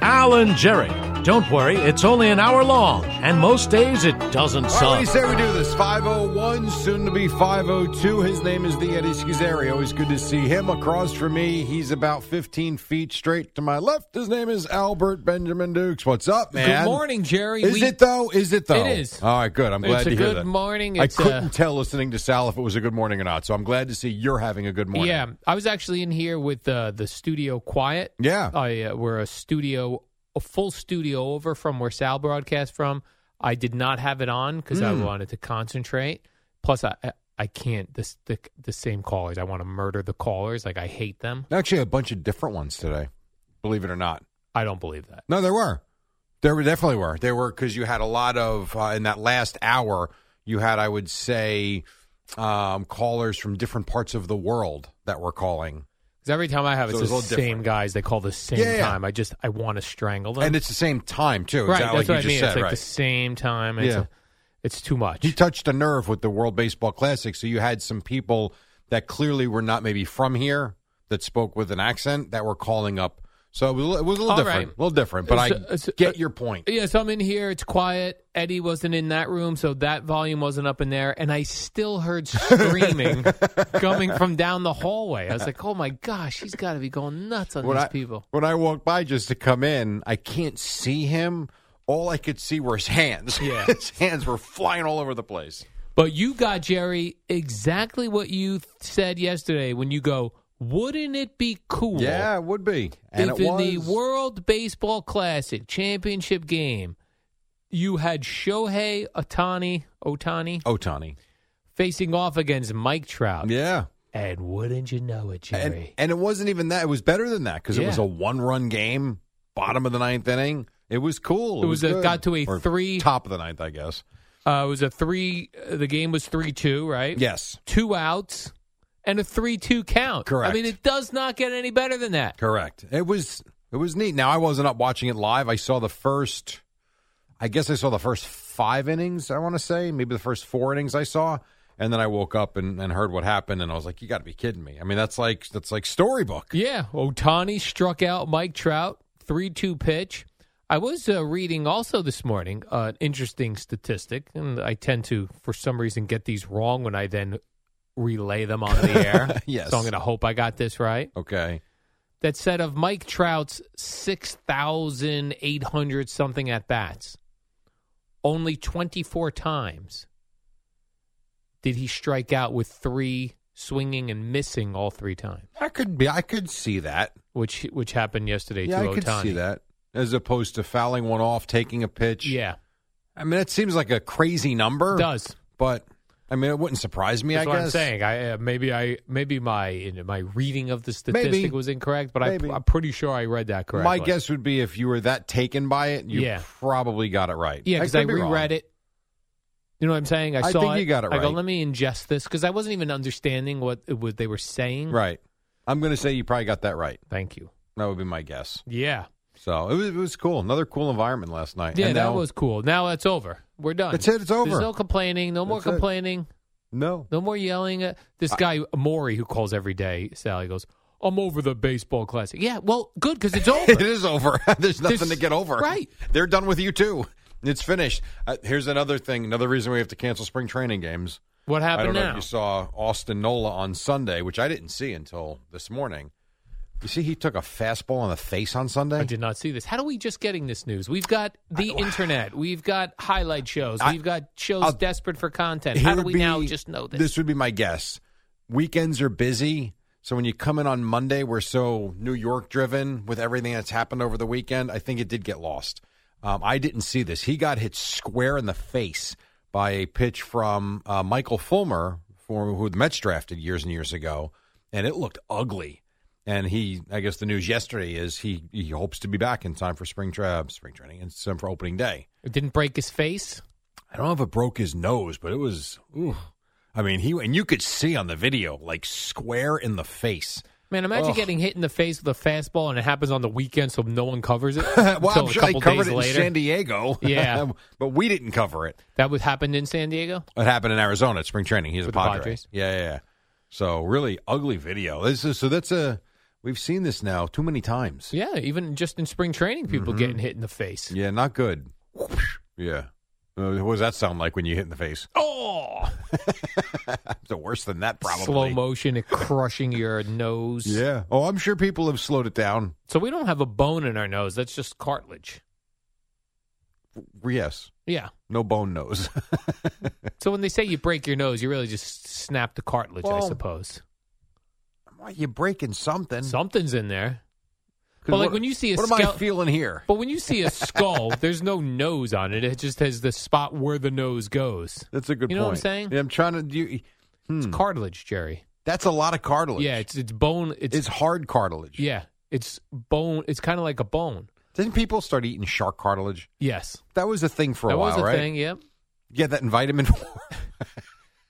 Speaker 5: Alan Jerry Don't worry, it's only an hour long, and most days it doesn't
Speaker 3: All right, what do
Speaker 5: suck.
Speaker 3: you say we do this? 501, soon to be 502. His name is the Eddie Schizzeri. Always good to see him. Across from me, he's about 15 feet straight to my left. His name is Albert Benjamin Dukes. What's up, man?
Speaker 2: Good morning, Jerry.
Speaker 3: Is
Speaker 2: We-
Speaker 3: it though? Is it though?
Speaker 2: It is.
Speaker 3: All right, good. I'm glad
Speaker 2: It's
Speaker 3: to
Speaker 2: a
Speaker 3: hear
Speaker 2: good
Speaker 3: that.
Speaker 2: morning.
Speaker 3: I
Speaker 2: It's uh, a-
Speaker 3: couldn't tell listening to Sal if it was a good morning or not, so I'm glad to see you're having a good morning.
Speaker 2: Yeah, I was actually in here with uh, the studio quiet.
Speaker 3: Yeah.
Speaker 2: I uh, we're a studio, a full studio over from where Sal broadcast from. I did not have it on because
Speaker 3: Hmm.
Speaker 2: I wanted to concentrate. Plus, I I- I can't this the, the same callers. I want to murder the callers. Like I hate them.
Speaker 3: Actually, a bunch of different ones today, believe it or not.
Speaker 2: I don't believe that.
Speaker 3: No, there were. There were definitely were. There were because you had a lot of uh, in that last hour. You had, I would say, um, callers from different parts of the world that were calling,
Speaker 2: Because every time I have
Speaker 3: So
Speaker 2: it's
Speaker 3: it's
Speaker 2: the
Speaker 3: all
Speaker 2: same
Speaker 3: different.
Speaker 2: guys. They call the same
Speaker 3: Yeah, yeah.
Speaker 2: time. I just I want to strangle them.
Speaker 3: and it's the same time too.
Speaker 2: right.
Speaker 3: exactly
Speaker 2: that's
Speaker 3: like
Speaker 2: what I
Speaker 3: you
Speaker 2: mean.
Speaker 3: just
Speaker 2: it's
Speaker 3: said.
Speaker 2: like
Speaker 3: right.
Speaker 2: the same time. It's
Speaker 3: Yeah.
Speaker 2: a- it's too much.
Speaker 3: He touched a nerve with the World Baseball Classic. So you had some people that clearly were not maybe from here that spoke with an accent that were calling up. So it was, a li- it was a little
Speaker 2: All
Speaker 3: different,
Speaker 2: right. uh,
Speaker 3: a little different. But
Speaker 2: It's-
Speaker 3: I
Speaker 2: it's-
Speaker 3: get your point.
Speaker 2: Yes, I'm in here. It's quiet. Eddie wasn't in that room, so that volume wasn't up in there. And I still heard screaming coming from down the hallway. I was like, oh my gosh, he's got to be going nuts on
Speaker 3: When
Speaker 2: these
Speaker 3: I,
Speaker 2: people.
Speaker 3: when I walked by just to come in, I can't see him. All I could see were his hands.
Speaker 2: Yeah.
Speaker 3: his hands were flying all over the place.
Speaker 2: But you got, Jerry, exactly what you th- said yesterday when you go, wouldn't it be cool
Speaker 3: Yeah, it would be. And
Speaker 2: if
Speaker 3: it
Speaker 2: in
Speaker 3: was.
Speaker 2: the World Baseball Classic championship game, you had Shohei Otani, Otani
Speaker 3: Otani.
Speaker 2: facing off against Mike Trout.
Speaker 3: Yeah.
Speaker 2: And wouldn't you know it, Jerry?
Speaker 3: And, and it wasn't even that. It was better than that because it was
Speaker 2: Yeah.
Speaker 3: a one-run game, bottom of the ninth inning. It was cool.
Speaker 2: It was a-
Speaker 3: good.
Speaker 2: got to a
Speaker 3: Or
Speaker 2: three-
Speaker 3: top of the ninth, I guess.
Speaker 2: Uh, it was a three. uh, The game was three two, right?
Speaker 3: Yes,
Speaker 2: Two outs and a three two count.
Speaker 3: Correct.
Speaker 2: I mean, it does not get any better than that.
Speaker 3: correct. It was it was neat. Now I wasn't up watching it live. I saw the first. I guess I saw the first five innings. I want to say maybe the first four innings I saw, and then I woke up and, and heard what happened, and I was like, "You got to be kidding me!" I mean, that's like that's like storybook.
Speaker 2: Yeah, Otani struck out Mike Trout three two pitch. I was uh, reading also this morning uh, an interesting statistic, and I tend to, for some reason, get these wrong when I then relay them on the air.
Speaker 3: Yes.
Speaker 2: So I'm going to hope I got this right.
Speaker 3: Okay,
Speaker 2: That said, of Mike Trout's 6,800 something at bats, only 24 times did he strike out with three swinging and missing all three times,
Speaker 3: I could be. I could see that.
Speaker 2: which which happened yesterday
Speaker 3: Yeah,
Speaker 2: to
Speaker 3: I
Speaker 2: Otani.
Speaker 3: could see that. As opposed to fouling one off, taking a pitch.
Speaker 2: Yeah,
Speaker 3: I mean, that seems like a crazy number.
Speaker 2: it does.
Speaker 3: But I mean, it wouldn't surprise me.
Speaker 2: That's
Speaker 3: I
Speaker 2: what
Speaker 3: guess
Speaker 2: I'm saying. I uh, maybe I maybe my my reading of the statistic
Speaker 3: Maybe.
Speaker 2: was incorrect, but
Speaker 3: Maybe.
Speaker 2: I, I'm pretty sure I read that correctly.
Speaker 3: My guess would be if you were that taken by it, you
Speaker 2: Yeah.
Speaker 3: probably got it right.
Speaker 2: Yeah, because I,
Speaker 3: could be
Speaker 2: reread
Speaker 3: wrong.
Speaker 2: it. You know what I'm saying? I,
Speaker 3: I
Speaker 2: saw
Speaker 3: think you got it
Speaker 2: I go,
Speaker 3: right.
Speaker 2: let me ingest this because I wasn't even understanding what it was they were saying.
Speaker 3: Right. I'm going to say you probably got that right.
Speaker 2: Thank you.
Speaker 3: That would be my guess.
Speaker 2: Yeah.
Speaker 3: So it was, it was cool. Another cool environment last night.
Speaker 2: Yeah,
Speaker 3: And
Speaker 2: that
Speaker 3: now-
Speaker 2: was cool. Now it's over. We're done.
Speaker 3: That's it. It's over.
Speaker 2: There's no complaining. No more
Speaker 3: That's it.
Speaker 2: complaining.
Speaker 3: no.
Speaker 2: No more yelling. Uh, This guy, Maury, who calls every day, Sally goes, I'm over the baseball classic. Yeah, well, good because it's over.
Speaker 3: It is over. There's nothing
Speaker 2: There's-
Speaker 3: to get over.
Speaker 2: right.
Speaker 3: They're done with you too. It's finished. Uh, here's another thing. Another reason we have to cancel spring training games.
Speaker 2: What
Speaker 3: I
Speaker 2: happened
Speaker 3: don't know
Speaker 2: now?
Speaker 3: if you saw Austin Nola on Sunday, which I didn't see until this morning. You see, he took a fastball in the face on Sunday.
Speaker 2: I did not see this. How are we just getting this news? We've got the internet. We've got highlight shows.
Speaker 3: I-
Speaker 2: We've got shows
Speaker 3: I'll-
Speaker 2: desperate for content.
Speaker 3: Here
Speaker 2: How do
Speaker 3: would
Speaker 2: we
Speaker 3: be-
Speaker 2: now just know this?
Speaker 3: This would be my guess. Weekends are busy. So when you come in on Monday, we're so New York driven with everything that's happened over the weekend. I think it did get lost. Um, I didn't see this. He got hit square in the face by a pitch from uh, Michael Fulmer, for, who the Mets drafted years and years ago, and it looked ugly. And he, I guess, the news yesterday is he he hopes to be back in time for spring tra- spring training and some for opening day.
Speaker 2: It didn't break his face.
Speaker 3: I don't know if it broke his nose, but it was. Ooh. I mean, he and you could see on the video, like square in the face.
Speaker 2: Man, imagine
Speaker 3: Ugh.
Speaker 2: getting hit in the face with a fastball and it happens on the weekend so no one covers it
Speaker 3: well,
Speaker 2: until
Speaker 3: I'm
Speaker 2: a
Speaker 3: sure they
Speaker 2: couple
Speaker 3: covered
Speaker 2: days
Speaker 3: it in
Speaker 2: later.
Speaker 3: San Diego.
Speaker 2: Yeah.
Speaker 3: but we didn't cover it.
Speaker 2: that would happen in San Diego?
Speaker 3: It happened in Arizona at spring training. He's a
Speaker 2: With the
Speaker 3: Padre.
Speaker 2: Padres?
Speaker 3: Yeah, yeah, yeah. So really ugly video. This is so that's a We've seen this now too many times.
Speaker 2: Yeah, even just in spring training, people
Speaker 3: Mm-hmm.
Speaker 2: getting hit in the face.
Speaker 3: Yeah, not good. Yeah. Uh, what does that sound like when you hit in the face?
Speaker 2: Oh,
Speaker 3: So worse than that, probably.
Speaker 2: slow motion, it crushing your nose.
Speaker 3: Yeah. Oh, I'm sure people have slowed it down.
Speaker 2: So we don't have a bone in our nose. That's just cartilage.
Speaker 3: Yes.
Speaker 2: Yeah.
Speaker 3: No bone nose.
Speaker 2: So when they say you break your nose, you really just snap the cartilage, I
Speaker 3: Well-
Speaker 2: suppose.
Speaker 3: Why you breaking something?
Speaker 2: Something's in there.
Speaker 3: 'Cause
Speaker 2: But like
Speaker 3: what-
Speaker 2: when you see a
Speaker 3: what am I
Speaker 2: skeleton.
Speaker 3: feeling here?
Speaker 2: But when you see a skull, there's no nose on it. It just has the spot where the nose goes.
Speaker 3: That's a good.
Speaker 2: You know what I'm
Speaker 3: point.
Speaker 2: saying?
Speaker 3: Yeah, I'm trying to. do. you-
Speaker 2: It's cartilage, Jerry.
Speaker 3: that's a lot of cartilage.
Speaker 2: Yeah, it's it's bone. It's,
Speaker 3: it's hard cartilage.
Speaker 2: yeah, it's bone. It's kind of like a bone.
Speaker 3: Didn't people start eating shark cartilage?
Speaker 2: Yes,
Speaker 3: That was a thing for a
Speaker 2: that
Speaker 3: while,
Speaker 2: was a
Speaker 3: right?
Speaker 2: thing. Yep.
Speaker 3: Yeah, that in vitamin four.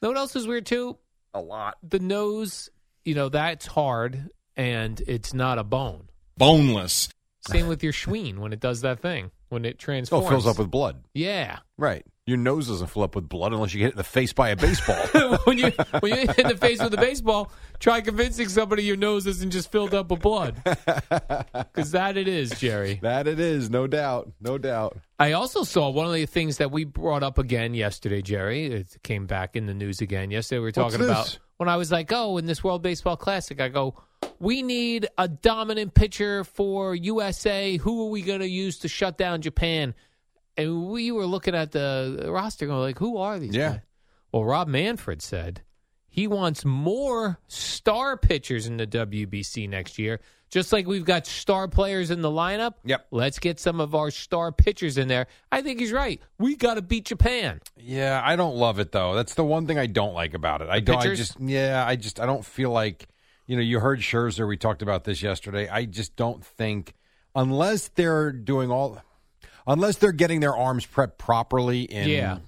Speaker 2: Know what else is weird too?
Speaker 3: a lot.
Speaker 2: The nose. You know that's hard, and it's not a bone.
Speaker 4: Boneless.
Speaker 2: Same with your schween when it does that thing when it
Speaker 3: Oh,
Speaker 2: transforms.
Speaker 3: it fills up with blood.
Speaker 2: yeah.
Speaker 3: Right. Your nose doesn't fill up with blood unless you get hit in the face by a baseball.
Speaker 2: when you when you hit in the face with a baseball, try convincing somebody your nose isn't just filled up with blood, because that it is, Jerry.
Speaker 3: that it is, no doubt, no doubt.
Speaker 2: I also saw one of the things that we brought up again yesterday, Jerry. It came back in the news again yesterday. We were
Speaker 3: What's
Speaker 2: talking about
Speaker 3: this?
Speaker 2: when I was like, "Oh, in this World Baseball Classic, I go, we need a dominant pitcher for USA. Who are we going to use to shut down Japan?" And we were looking at the roster, going like, "Who are these?"
Speaker 3: Yeah.
Speaker 2: guys? Well, Rob Manfred said he wants more star pitchers in the WBC next year. Just like we've got star players in the lineup,
Speaker 3: Yep.
Speaker 2: let's get some of our star pitchers in there. I think he's right. We got to beat Japan.
Speaker 3: Yeah, I don't love it though. That's the one thing I don't like about it. I don't. I
Speaker 2: pitchers?
Speaker 3: just yeah, I just I don't feel like you know. You heard Scherzer. We talked about this yesterday. I just don't think unless they're doing all, unless they're getting their arms prepped properly in
Speaker 2: Yeah.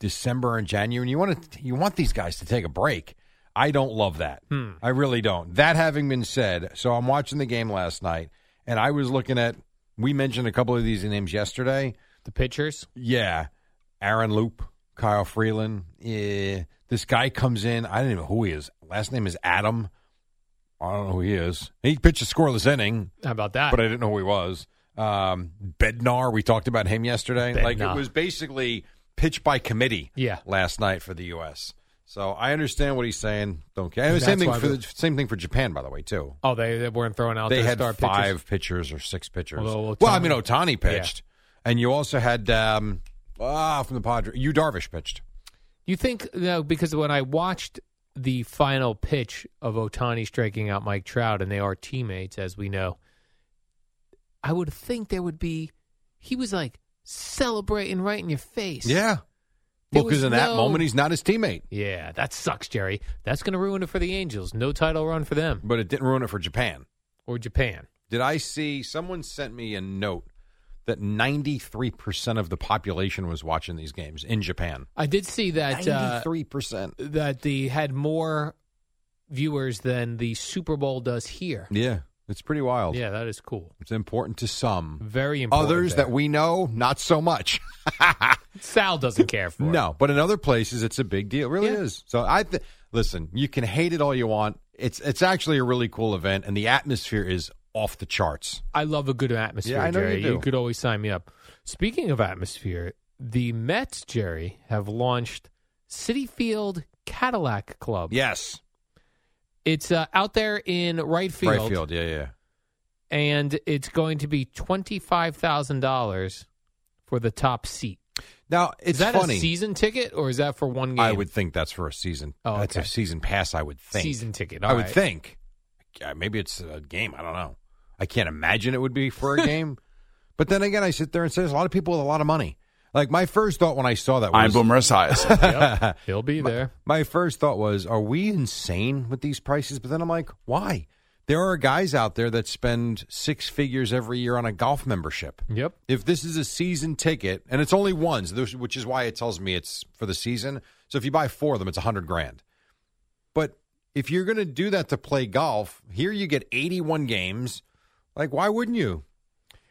Speaker 3: December and January. And you want to you want these guys to take a break. I don't love that. I really don't. That having been said, so I'm watching the game last night, and I was looking at. We mentioned a couple of these names yesterday.
Speaker 2: The pitchers,
Speaker 3: Yeah. Aaron Loop, Kyle Freeland. Yeah. This guy comes in. I don't even know who he is. Last name is Adam. I don't know who he is. He pitched a scoreless inning,
Speaker 2: how about that?
Speaker 3: but I didn't know who he was. Um, Bednar, we talked about him yesterday. Like it
Speaker 2: Bednar.
Speaker 3: was basically pitched by committee
Speaker 2: Yeah.
Speaker 3: last night for the U.S. So I understand what he's saying. Don't care. And the same
Speaker 2: That's
Speaker 3: thing
Speaker 2: why
Speaker 3: for
Speaker 2: the-
Speaker 3: the, same thing for Japan, by the way, too.
Speaker 2: oh, they, they weren't throwing out
Speaker 3: They
Speaker 2: their
Speaker 3: had
Speaker 2: star
Speaker 3: five
Speaker 2: pitchers.
Speaker 3: pitchers or six pitchers.
Speaker 2: Although
Speaker 3: well, I
Speaker 2: Ohtani-
Speaker 3: mean, Otani pitched, and you also had um, ah from the Padres, you Darvish pitched.
Speaker 2: You think no? Because when I watched the final pitch of Otani striking out Mike Trout, and they are teammates, as we know, I would think there would be. He was like celebrating right in your face. There
Speaker 3: well, because
Speaker 2: was
Speaker 3: in that
Speaker 2: no-
Speaker 3: moment he's not his teammate,
Speaker 2: Yeah, that sucks, Jerry. That's going to ruin it for the Angels. No title run for them
Speaker 3: but it didn't ruin it for Japan.
Speaker 2: or Japan.
Speaker 3: Did I see someone sent me a note that ninety three percent of the population was watching these games in Japan?
Speaker 2: I did see that
Speaker 3: Ninety
Speaker 2: uh,
Speaker 3: three percent.
Speaker 2: that the had more viewers than the Super Bowl does here.
Speaker 3: Yeah, it's pretty wild.
Speaker 2: Yeah, that is cool.
Speaker 3: It's important to some.
Speaker 2: Very important.
Speaker 3: Others
Speaker 2: there.
Speaker 3: that we know, not so much.
Speaker 2: Sal doesn't care for.
Speaker 3: No, but in other places, it's a big deal. It really
Speaker 2: Yeah.
Speaker 3: is. So I th- listen. You can hate it all you want. It's it's actually a really cool event, and the atmosphere is off the charts.
Speaker 2: I love a good atmosphere,
Speaker 3: Yeah, I know you
Speaker 2: Jerry.
Speaker 3: do.
Speaker 2: could always sign me up. Speaking of atmosphere, the Mets, Jerry, have launched City Field Cadillac Club.
Speaker 3: Yes,
Speaker 2: It's uh, out there in right field.
Speaker 3: right field. Yeah, yeah.
Speaker 2: and it's going to be twenty five thousand dollars for the top seat.
Speaker 3: Now it's
Speaker 2: is that
Speaker 3: funny.
Speaker 2: a season ticket or is that for one game?
Speaker 3: I would think that's for a season.
Speaker 2: Oh,
Speaker 3: that's
Speaker 2: okay.
Speaker 3: a season pass. I would think
Speaker 2: season ticket.
Speaker 3: I would
Speaker 2: alright.
Speaker 3: think. Yeah, Maybe it's a game. I don't know. I can't imagine it would be for a game. but then again, I sit there and say there's a lot of people with a lot of money. Like my first thought when I saw that was
Speaker 5: I'm Boomer Esiason.
Speaker 2: Yep, he'll be there.
Speaker 3: My first thought was, are we insane with these prices? But then I'm like, why? There are guys out there that spend six figures every year on a golf membership.
Speaker 2: Yep.
Speaker 3: If this is a season ticket, and it's only one, so this- which is why it tells me it's for the season. So if you buy four of them, it's a hundred grand. But if you're going to do that to play golf, here you get 81 games. Like, why wouldn't you?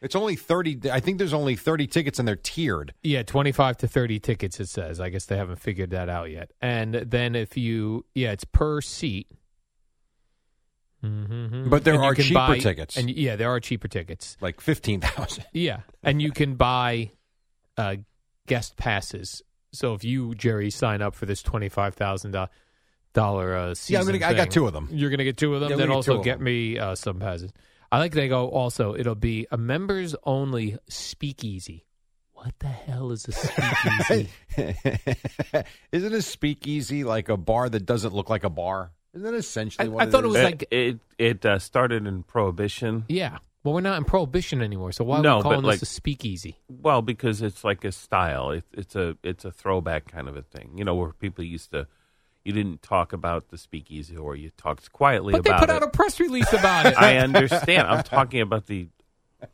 Speaker 3: It's only 30. I think there's only 30 tickets, and they're tiered.
Speaker 2: Yeah, twenty five to thirty tickets. It says. I guess they haven't figured that out yet. And then if you, yeah, it's per seat.
Speaker 3: But there
Speaker 2: And Mm-hmm, you
Speaker 3: are
Speaker 2: can
Speaker 3: cheaper
Speaker 2: buy-
Speaker 3: tickets,
Speaker 2: And yeah, there are cheaper tickets.
Speaker 3: like fifteen thousand.
Speaker 2: Yeah, and you can buy uh, guest passes. So if you Jerry sign up for this twenty five thousand uh, dollar uh,
Speaker 3: Yeah, I'm
Speaker 2: season
Speaker 3: gonna- I got
Speaker 2: thing,
Speaker 3: two of them.
Speaker 2: You're gonna get two of them.
Speaker 3: Yeah, I'm
Speaker 2: then
Speaker 3: gonna get two
Speaker 2: also
Speaker 3: of
Speaker 2: get
Speaker 3: them.
Speaker 2: me uh, some passes. I like they go. Also, it'll be a members only speakeasy. What the hell is a speakeasy?
Speaker 3: Isn't a speakeasy like a bar that doesn't look like a bar? Isn't that essentially
Speaker 2: I-
Speaker 3: what
Speaker 2: I thought it
Speaker 3: is?
Speaker 2: was
Speaker 6: It-
Speaker 2: like-
Speaker 6: it it uh, started in prohibition.
Speaker 2: yeah. Well, we're not in prohibition anymore, so why are
Speaker 6: No,
Speaker 2: we
Speaker 6: but
Speaker 2: calling
Speaker 6: like-
Speaker 2: this a speakeasy?
Speaker 6: Well, because it's like a style. It, it's a it's a throwback kind of a thing. You know, where people used to you didn't talk about the speakeasy or you talked quietly
Speaker 2: But they
Speaker 6: about
Speaker 2: put
Speaker 6: it.
Speaker 2: out a press release about it.
Speaker 6: I understand. I'm talking about the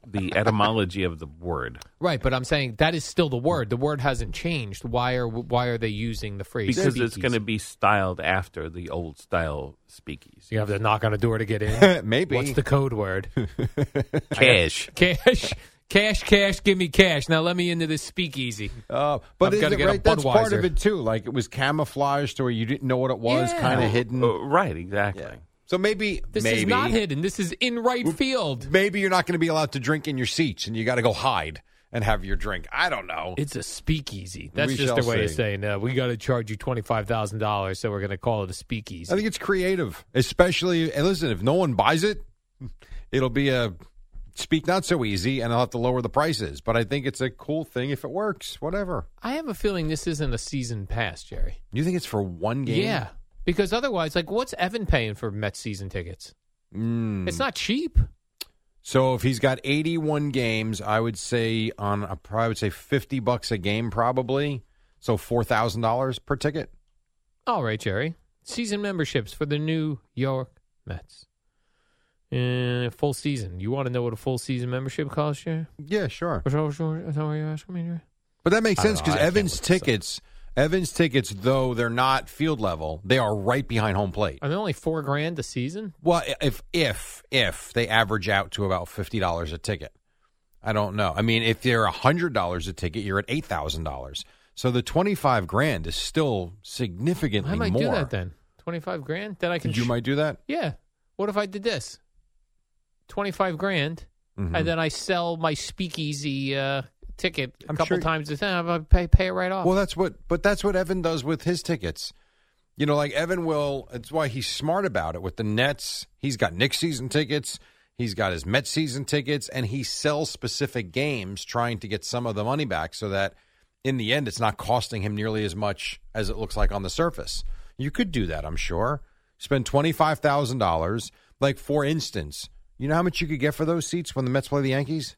Speaker 6: the etymology of the word.
Speaker 2: Right, but I'm saying that is still the word. The word hasn't changed. Why are why are they using the phrase?
Speaker 6: Because it's
Speaker 2: speakeasy?
Speaker 6: going to be styled after the old style speakeasy.
Speaker 2: You have to knock on a door to get in.
Speaker 3: Maybe.
Speaker 2: What's the code word?
Speaker 6: Cash.
Speaker 2: cash, cash, cash. Give me cash. Now let me into this speakeasy.
Speaker 3: Uh, but
Speaker 2: I've
Speaker 3: is
Speaker 2: gotta
Speaker 3: it
Speaker 2: get a
Speaker 3: right? That's part
Speaker 2: Budweiser.
Speaker 3: of it too. Like it was camouflaged, or you didn't know what it was,
Speaker 2: Yeah.
Speaker 3: kind of hidden.
Speaker 7: Oh.
Speaker 6: Uh, right, exactly.
Speaker 3: Yeah. So maybe
Speaker 2: This
Speaker 3: maybe,
Speaker 2: is not hidden. This is in right field.
Speaker 3: Maybe you're not going to be allowed to drink in your seats, and you got to go hide and have your drink. I don't know.
Speaker 2: It's a speakeasy. That's
Speaker 3: We
Speaker 2: just
Speaker 3: shall
Speaker 2: a way of
Speaker 3: see.
Speaker 2: saying uh, we got to charge you twenty five thousand dollars, so we're going to call it a speakeasy.
Speaker 3: I think it's creative, especially. And listen, if no one buys it, it'll be a speak not so easy, and I'll have to lower the prices. But I think it's a cool thing if it works. Whatever.
Speaker 2: I have a feeling this isn't a season pass, Jerry.
Speaker 3: You think it's for one game?
Speaker 2: Yeah, because otherwise, like, what's Evan paying for Mets season tickets?
Speaker 3: Mm.
Speaker 2: It's not cheap.
Speaker 3: So if he's got 81 games, I would say on a, I would say 50 bucks a game probably. So $4,000 per ticket.
Speaker 2: All right, Jerry. Season memberships for the New York Mets. Uh, full season. You want to know what a full season membership costs, Jerry?
Speaker 3: Yeah, sure.
Speaker 2: Is that what you- is that what you're asking me, Jerry?
Speaker 3: But that makes
Speaker 2: I don't
Speaker 3: sense
Speaker 2: know.
Speaker 3: because
Speaker 2: I can't
Speaker 3: Evans
Speaker 2: look this up.
Speaker 3: tickets, Evans tickets though they're not field level, they are right behind home plate.
Speaker 2: Are they only four grand a season?
Speaker 3: Well, if if if they average out to about $50 a ticket. I don't know. I mean, if they're $100 a ticket, you're at $8,000. So the 25 grand is still significantly
Speaker 2: I might
Speaker 3: more.
Speaker 2: do that then. Twenty five grand. Then I can.
Speaker 3: You
Speaker 2: sh-
Speaker 3: might do that?
Speaker 2: Yeah. What if I did this? Twenty five grand,
Speaker 3: Mhm.
Speaker 2: and then I sell my speakeasy uh, ticket a
Speaker 3: I'm
Speaker 2: couple
Speaker 3: sure-
Speaker 2: times a time. I pay pay it right off.
Speaker 3: Well, that's what, but that's what Evan does with his tickets. You know, like Evan will. It's why he's smart about it with the Nets. He's got Knicks season tickets. He's got his Mets season tickets, and he sells specific games, trying to get some of the money back, so that in the end, it's not costing him nearly as much as it looks like on the surface. You could do that, I'm sure. Spend twenty five thousand dollars, like for instance. You know how much you could get for those seats when the Mets play the Yankees?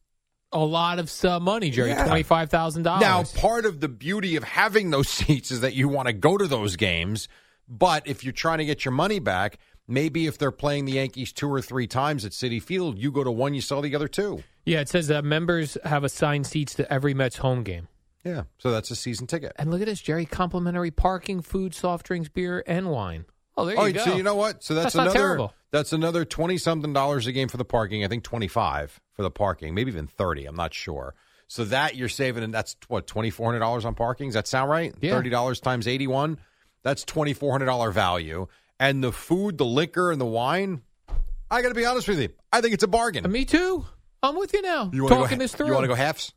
Speaker 2: a lot of uh, money, Jerry.
Speaker 3: Yeah.
Speaker 2: Twenty five thousand
Speaker 3: Now,
Speaker 2: dollars.
Speaker 3: part of the beauty of having those seats is that you want to go to those games, but if you're trying to get your money back, maybe if they're playing the Yankees two or three times at City Field, you go to one, you sell the other two.
Speaker 2: Yeah, it says that members have assigned seats to every Mets home game.
Speaker 3: Yeah, so that's a season ticket.
Speaker 2: And look at this, Jerry. Complimentary parking, food, soft drinks, beer, and wine. Oh, there you
Speaker 3: Oh,
Speaker 2: go.
Speaker 3: so you know what? So that's,
Speaker 2: That's not
Speaker 3: another
Speaker 2: terrible.
Speaker 3: that's another twenty something dollars a game for the parking. I think twenty five for the parking, maybe even thirty. I'm not sure. So that you're saving, and that's what twenty four hundred dollars on parking. Does that sound right?
Speaker 2: Yeah.
Speaker 3: Thirty dollars times eighty one, that's twenty four hundred dollar value. And the food, the liquor, and the wine. I got to be honest with you. I think it's a bargain.
Speaker 2: Uh, Me too. I'm with you now.
Speaker 3: you wanna go,
Speaker 2: Talking
Speaker 3: ha-
Speaker 2: this through.
Speaker 3: You want to go halves?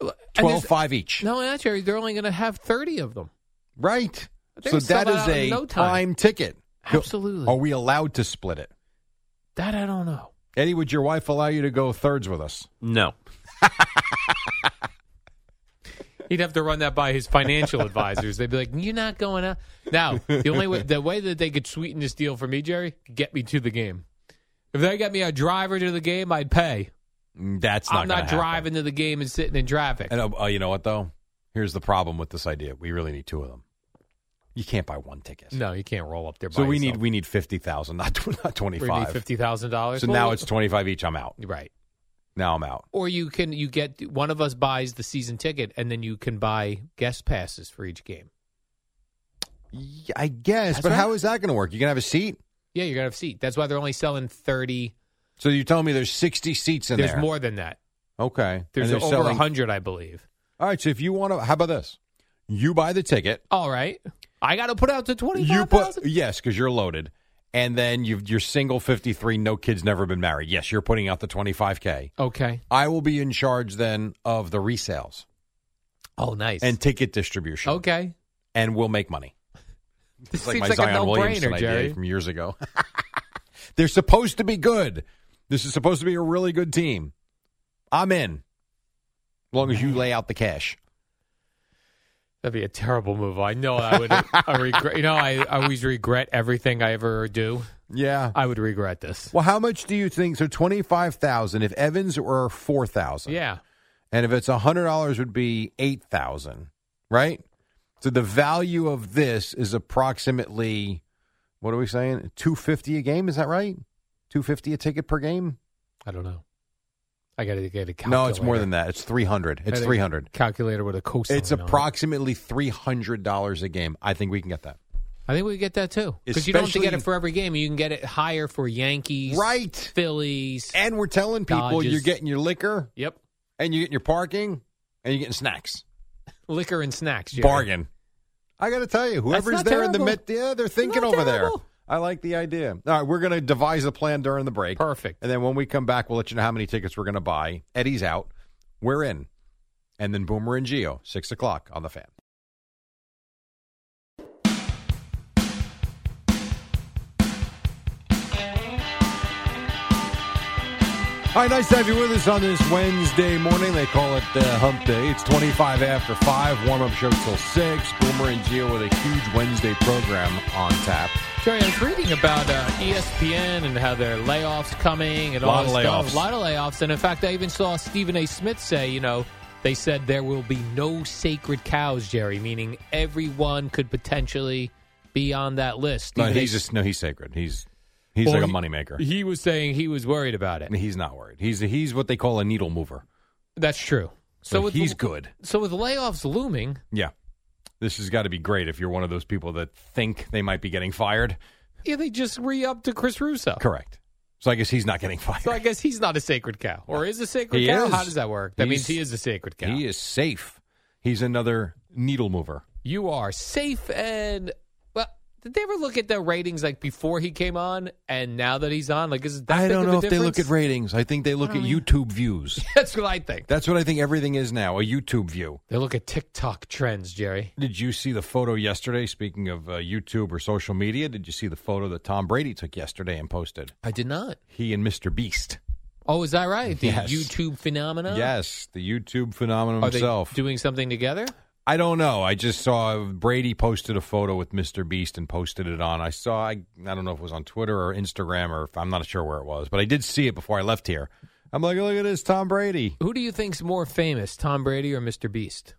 Speaker 2: And
Speaker 3: Twelve
Speaker 2: this-
Speaker 3: five each.
Speaker 2: No, not Jerry. They're only going to have thirty of them.
Speaker 3: Right.
Speaker 2: They
Speaker 3: so
Speaker 2: would sell
Speaker 3: that
Speaker 2: that
Speaker 3: is
Speaker 2: out in
Speaker 3: a
Speaker 2: no time.
Speaker 3: ticket.
Speaker 2: Absolutely.
Speaker 3: Are we allowed to split it?
Speaker 2: That I don't know.
Speaker 3: Eddie, would your wife allow you to go thirds with us?
Speaker 6: No.
Speaker 2: He'd have to run that by his financial advisors. They'd be like, "You're not going out." Now, the only way, the way that they could sweeten this deal for me, Jerry, get me to the game. If they got me a driver to the game, I'd pay.
Speaker 3: Mm, That's
Speaker 2: I'm not driving to the game and sitting in traffic.
Speaker 3: And uh, uh, you know what though? Here's the problem with this idea: we really need two of them. You can't buy one ticket.
Speaker 2: No, you can't roll up there.
Speaker 3: So
Speaker 2: by
Speaker 3: we
Speaker 2: yourself.
Speaker 3: need we need fifty thousand, not tw- not twenty
Speaker 2: We need
Speaker 3: five.
Speaker 2: fifty thousand dollars.
Speaker 3: So now it's twenty five each. I'm out.
Speaker 2: right.
Speaker 3: Now I'm out.
Speaker 2: Or you can you get one of us buys the season ticket, and then you can buy guest passes for each game.
Speaker 3: Yeah, I guess,
Speaker 2: That's
Speaker 3: but
Speaker 2: right.
Speaker 3: how is that going to work? You gonna have a seat?
Speaker 2: Yeah, you're gonna have a seat. That's why they're only selling thirty.
Speaker 3: So you tell me there's sixty seats in
Speaker 2: there's
Speaker 3: there?
Speaker 2: more than that.
Speaker 3: Okay.
Speaker 2: There's
Speaker 3: And
Speaker 2: over
Speaker 3: they're
Speaker 2: a
Speaker 3: selling-
Speaker 2: hundred, I believe.
Speaker 3: All right. So if you want to, how about this? You buy the ticket.
Speaker 2: All right, I got to put out the twenty
Speaker 3: You
Speaker 2: five
Speaker 3: put
Speaker 2: thousand.
Speaker 3: yes, because you're loaded, and then you've, you're single, 53, no kids, never been married. Yes, you're putting out the 25K.
Speaker 2: Okay.
Speaker 3: I will be in charge then of the resales
Speaker 2: Oh, nice.
Speaker 3: and ticket distribution,
Speaker 2: okay.
Speaker 3: and we'll make money.
Speaker 2: This
Speaker 3: It's like my
Speaker 2: seems like a
Speaker 3: Zion Williamson
Speaker 2: no-brainer,
Speaker 3: idea
Speaker 2: Jerry.
Speaker 3: from years ago. They're supposed to be good. This is supposed to be a really good team. I'm in. As long as you lay out the cash.
Speaker 2: That'd be a terrible move. I know I would. I regret. You know, I, I always regret everything I ever do.
Speaker 3: Yeah.
Speaker 2: I would regret this.
Speaker 3: Well, how much do you think? So twenty five thousand. If Evans were four thousand,
Speaker 2: Yeah.
Speaker 3: and if it's hundred dollars, would be eight thousand, right? So the value of this is approximately what are we saying? Two fifty a game? Is that right? Two fifty a ticket per game?
Speaker 2: I don't know. I got to get a calculator.
Speaker 3: No, it's more than that. It's three hundred. It's
Speaker 2: Gotta
Speaker 3: three hundred.
Speaker 2: Calculator with a cosign.
Speaker 3: It's
Speaker 2: on it.
Speaker 3: approximately three hundred dollars a game. I think we can get that.
Speaker 2: I think we could get that too. Because you don't have to get
Speaker 3: Especially-
Speaker 2: it for every game. You can get it higher for Yankees,
Speaker 3: Right.
Speaker 2: Phillies.
Speaker 3: And we're telling people
Speaker 2: Dodges.
Speaker 3: you're getting your liquor
Speaker 2: Yep.
Speaker 3: and you're getting your parking and you're getting snacks.
Speaker 2: Liquor and snacks. Jerry.
Speaker 3: Bargain. I got to tell you, whoever's
Speaker 2: not
Speaker 3: there in the mid,
Speaker 2: terrible.
Speaker 3: yeah, they're thinking
Speaker 2: not
Speaker 3: over
Speaker 2: terrible.
Speaker 3: there. I like the idea. All right, we're going to devise a plan during the break.
Speaker 2: Perfect.
Speaker 3: And then when we come back, we'll let you know how many tickets we're going to buy. Eddie's out. We're in. And then Boomer and Geo, 6 o'clock on the fan. All right, nice to have you with us on this Wednesday morning. They call it uh, Hump Day. It's 25 after 5, warm up show till 6. Boomer and Geo with a huge Wednesday program on tap.
Speaker 2: Jerry, I was reading about uh, ESPN and how their layoffs coming and all
Speaker 3: Lot of
Speaker 2: this stuff.
Speaker 3: layoffs.
Speaker 2: A lot of layoffs. And in fact, I even saw Stephen A. Smith say, you know, they said there will be no sacred cows, Jerry, meaning everyone could potentially be on that list.
Speaker 3: No,
Speaker 2: Stephen A.
Speaker 3: he's just, no, he's sacred. He's, he's
Speaker 2: Well,
Speaker 3: like a
Speaker 2: he-
Speaker 3: moneymaker.
Speaker 2: He was saying he was worried about it.
Speaker 3: He's not worried. He's he's what they call a needle mover.
Speaker 2: That's true.
Speaker 3: So,
Speaker 2: with
Speaker 3: he's good.
Speaker 2: So with layoffs looming,
Speaker 3: Yeah. This has got to be great if you're one of those people that think they might be getting fired.
Speaker 2: yeah, they just re up to Chris Russo.
Speaker 3: Correct. So I guess he's not getting fired.
Speaker 2: So I guess he's not a sacred cow, or is a sacred
Speaker 3: He
Speaker 2: cow?
Speaker 3: is.
Speaker 2: How does that work? That means
Speaker 3: He's-
Speaker 2: he is a sacred cow.
Speaker 3: he is safe. He's another needle mover.
Speaker 2: You are safe and well. Did they ever look at the ratings like before he came on and now that he's on? Like, is it that
Speaker 3: I
Speaker 2: big
Speaker 3: don't
Speaker 2: of a
Speaker 3: know if they look at
Speaker 2: difference?
Speaker 3: ratings. I think they look at YouTube views.
Speaker 2: That's what I think.
Speaker 3: That's what I think everything is now, a YouTube view.
Speaker 2: They look at TikTok trends, Jerry.
Speaker 3: Did you see the photo yesterday? Speaking of uh, YouTube or social media, did you see the photo that Tom Brady took yesterday and posted?
Speaker 2: I did not.
Speaker 3: He and Mr. Beast.
Speaker 2: Oh, is that right? The
Speaker 3: Yes.
Speaker 2: YouTube phenomenon.
Speaker 3: Yes, the YouTube phenomenon
Speaker 2: Are
Speaker 3: himself.
Speaker 2: they doing something together?
Speaker 3: I don't know. I just saw Brady posted a photo with Mr. Beast and posted it on. I saw. I, I don't know if it was on Twitter or Instagram or if, I'm not sure where it was, but I did see it before I left here. I'm like, look at this, Tom Brady.
Speaker 2: Who do you think's more famous, Tom Brady or Mr. Beast?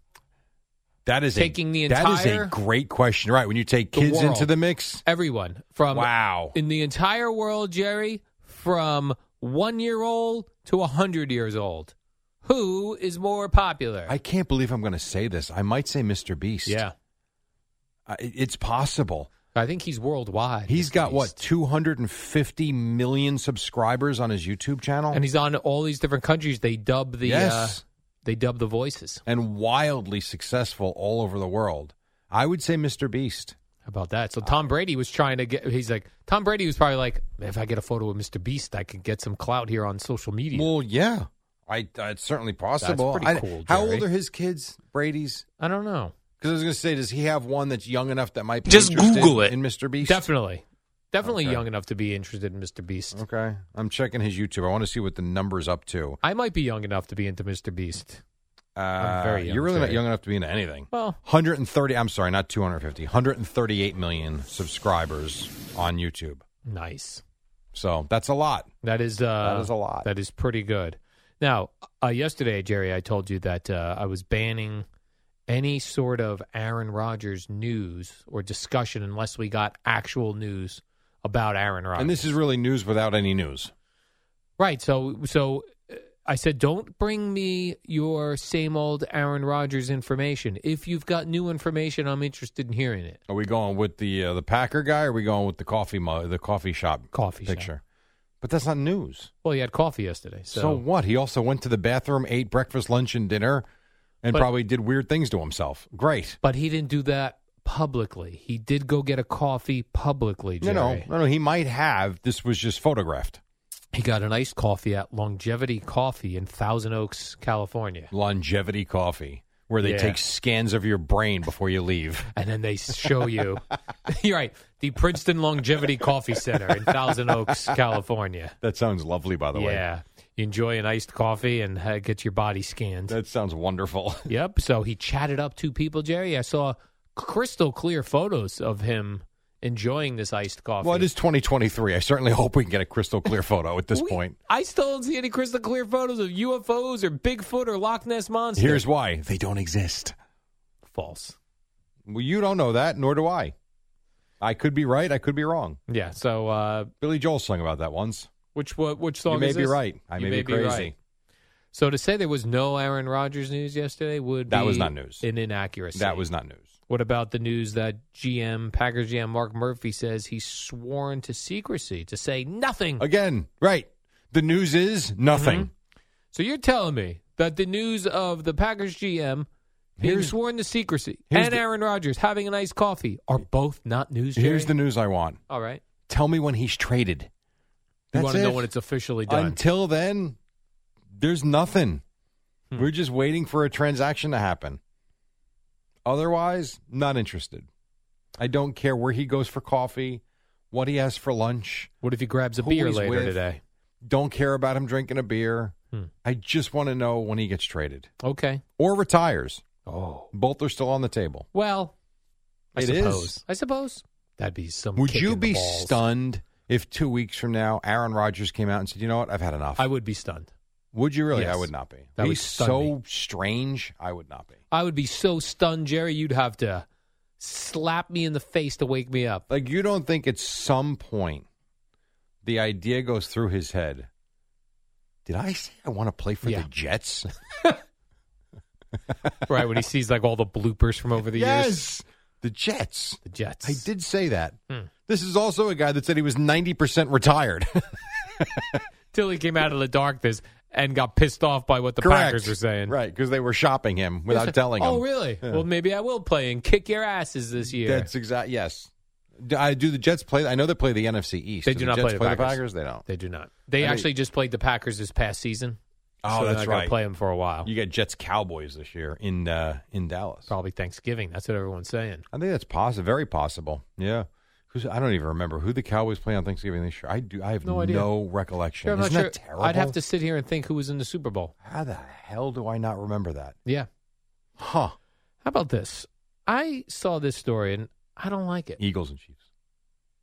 Speaker 3: That is
Speaker 2: Taking
Speaker 3: a,
Speaker 2: the
Speaker 3: That is a
Speaker 2: entire-
Speaker 3: great question, right? When you take
Speaker 2: The
Speaker 3: kids
Speaker 2: world.
Speaker 3: into the mix,
Speaker 2: Everyone from
Speaker 3: wow.
Speaker 2: in the entire world, Jerry, from one year old to a hundred years old. Who is more popular?
Speaker 3: I can't believe I'm going to say this. I might say Mr. Beast.
Speaker 2: yeah,
Speaker 3: I, it's possible.
Speaker 2: I think he's worldwide.
Speaker 3: He's
Speaker 2: Mr.
Speaker 3: got what
Speaker 2: Beast.
Speaker 3: 250 million subscribers on his YouTube channel,
Speaker 2: and he's on all these different countries. They dub the uh,
Speaker 3: yes.
Speaker 2: they dub the voices.
Speaker 3: and wildly successful all over the world. I would say Mr. Beast.
Speaker 2: How about that? So Tom Brady was trying to get. He's like Tom Brady was probably like, if I get a photo of Mr. Beast, I could get some clout here on social media.
Speaker 3: Well, yeah, I, I it's certainly possible.
Speaker 2: pretty
Speaker 3: I-
Speaker 2: cool,
Speaker 3: how
Speaker 2: Jerry.
Speaker 3: old are his kids, Brady's?
Speaker 2: I don't know.
Speaker 3: Because I was going to say, does he have one that's young enough that might be
Speaker 6: Just
Speaker 3: interested
Speaker 6: Google it.
Speaker 3: in Mr. Beast?
Speaker 2: Definitely, definitely
Speaker 3: Okay.
Speaker 2: young enough to be interested in Mr. Beast.
Speaker 3: Okay, I'm checking his YouTube. I want to see what the numbers up to.
Speaker 2: I might be young enough to be into Mr. Beast.
Speaker 3: Uh,
Speaker 2: very young,
Speaker 3: you're really not
Speaker 2: Jerry.
Speaker 3: young enough to be into anything.
Speaker 2: Well,
Speaker 3: 130. I'm sorry, not 250. 138 million subscribers on YouTube.
Speaker 2: nice.
Speaker 3: So that's a lot.
Speaker 2: That is uh,
Speaker 3: That is a lot.
Speaker 2: That is pretty good. Now, uh, yesterday, Jerry, I told you that uh, I was banning any sort of Aaron Rodgers news or discussion unless we got actual news about Aaron Rodgers.
Speaker 3: And this is really news without any news.
Speaker 2: right. So, so uh, I said, don't bring me your same old Aaron Rodgers information. If you've got new information, I'm interested in hearing it.
Speaker 3: Are we going with the uh, the Packer guy? Or are we going with the coffee mug, the coffee shop
Speaker 2: Coffee shop.
Speaker 3: picture? But that's not news.
Speaker 2: Well, he had coffee yesterday,
Speaker 3: So,
Speaker 2: so,
Speaker 3: what? He also went to the bathroom, ate breakfast, lunch, and dinner, and
Speaker 2: But-
Speaker 3: probably did weird things to himself. Great.
Speaker 2: But he didn't do that publicly. He did go get a coffee publicly.
Speaker 3: No,
Speaker 2: Jerry.
Speaker 3: no, no, no. He might have. This was just photographed.
Speaker 2: He got an iced coffee at Longevity Coffee in Thousand Oaks, California.
Speaker 3: Longevity coffee, where they
Speaker 2: Yeah.
Speaker 3: take scans of your brain before you leave.
Speaker 2: And then they show you, you're right, the Princeton Longevity Coffee Center in Thousand Oaks, California.
Speaker 3: That sounds lovely, by the way.
Speaker 2: Yeah. You enjoy an iced coffee and uh, get your body scanned.
Speaker 3: That sounds wonderful.
Speaker 2: Yep. So he chatted up two people, Jerry. I saw crystal clear photos of him enjoying this iced coffee.
Speaker 3: Well, it is 2023. I certainly hope we can get a crystal clear photo at this
Speaker 2: We-
Speaker 3: point.
Speaker 2: I still don't see any crystal clear photos of UFOs or Bigfoot or Loch Ness monster.
Speaker 3: Here's why they don't exist.
Speaker 2: false.
Speaker 3: Well, you don't know that, nor do I. I could be right. I could be wrong.
Speaker 2: Yeah. So uh,
Speaker 3: Billy Joel sung about that once.
Speaker 2: which what which song?
Speaker 3: you may
Speaker 2: is
Speaker 3: be
Speaker 2: this?
Speaker 3: right. I
Speaker 2: You
Speaker 3: may, be crazy.
Speaker 2: right. So to say there was no Aaron Rodgers news yesterday would
Speaker 3: That
Speaker 2: be
Speaker 3: was not news.
Speaker 2: An inaccuracy.
Speaker 3: That was not news.
Speaker 2: What about the news that GM Packers GM Mark Murphy says he's sworn to secrecy to say nothing?
Speaker 3: Again, right. The news is
Speaker 2: Mm-hmm.
Speaker 3: nothing.
Speaker 2: So you're telling me that the news of the Packers GM being
Speaker 3: Here's-
Speaker 2: sworn to secrecy
Speaker 3: here's
Speaker 2: and
Speaker 3: the-
Speaker 2: Aaron Rodgers having a nice coffee are both not news. Jerry?
Speaker 3: Here's the news I want.
Speaker 2: all right.
Speaker 3: Tell me when he's traded.
Speaker 2: You
Speaker 3: That's
Speaker 2: want to know
Speaker 3: it.
Speaker 2: when it's officially done?
Speaker 3: Until then, there's nothing.
Speaker 2: Hmm.
Speaker 3: We're just waiting for a transaction to happen. Otherwise, not interested. I don't care where he goes for coffee, what he has for lunch.
Speaker 2: what if he grabs a
Speaker 3: who
Speaker 2: beer
Speaker 3: he's
Speaker 2: later
Speaker 3: with.
Speaker 2: today?
Speaker 3: Don't care about him drinking a beer.
Speaker 2: Hmm.
Speaker 3: I just want to know when he gets traded
Speaker 2: Okay.
Speaker 3: or retires.
Speaker 2: Oh
Speaker 3: Both are still on the table.
Speaker 2: well, I
Speaker 3: It is.
Speaker 2: suppose. I suppose that'd be some.
Speaker 3: Would
Speaker 2: kick
Speaker 3: you
Speaker 2: in the
Speaker 3: be
Speaker 2: balls.
Speaker 3: stunned if two weeks from now Aaron Rodgers came out and said, "You know what? I've had enough."
Speaker 2: I would be stunned.
Speaker 3: would you really?
Speaker 2: Yes.
Speaker 3: I would not be.
Speaker 2: That would
Speaker 3: He's
Speaker 2: stun
Speaker 3: so strange. I would not be.
Speaker 2: I would be so stunned, Jerry. You'd have to slap me in the face to wake me up.
Speaker 3: Like you don't think at some point the idea goes through his head. Did I say I want to play for
Speaker 2: Yeah.
Speaker 3: the Jets?
Speaker 2: right when he sees like all the bloopers from over the years,
Speaker 3: yes, the Jets.
Speaker 2: the Jets.
Speaker 3: I did say that.
Speaker 2: Hmm.
Speaker 3: This is also a guy that said he was ninety percent retired.
Speaker 2: till he came out of the darkness and got pissed off by what the
Speaker 3: Correct.
Speaker 2: Packers were saying.
Speaker 3: right Um, because they were shopping him without telling him.
Speaker 2: Oh, really? Well, maybe I will play and kick your asses this year.
Speaker 3: That's exact. Yes. Do, I do the Jets play? I know they play the NFC East.
Speaker 2: They
Speaker 3: Do
Speaker 2: do
Speaker 3: the
Speaker 2: not
Speaker 3: Jets
Speaker 2: play the
Speaker 3: the
Speaker 2: Packers.
Speaker 3: Packers. They don't.
Speaker 2: they do not. They
Speaker 3: I
Speaker 2: actually just played the Packers this past season.
Speaker 3: Oh,
Speaker 2: so they're
Speaker 3: that's
Speaker 2: not gonna
Speaker 3: right.
Speaker 2: Play them for a while.
Speaker 3: You get Jets Cowboys this year in uh, in Dallas.
Speaker 2: Probably Thanksgiving. That's what everyone's saying.
Speaker 3: I think that's possible. Very possible. Yeah. Who's, I don't even remember who the Cowboys play on Thanksgiving this year. I do. I have
Speaker 2: No
Speaker 3: no,
Speaker 2: idea.
Speaker 3: recollection.
Speaker 2: Sure, I'm
Speaker 3: Isn't
Speaker 2: not
Speaker 3: that
Speaker 2: sure.
Speaker 3: terrible?
Speaker 2: I'd have to sit here and think who was in the Super Bowl.
Speaker 3: How the hell do I not remember that?
Speaker 2: Yeah.
Speaker 3: Huh?
Speaker 2: How about this? I saw this story and I don't like it.
Speaker 3: Eagles and Chiefs.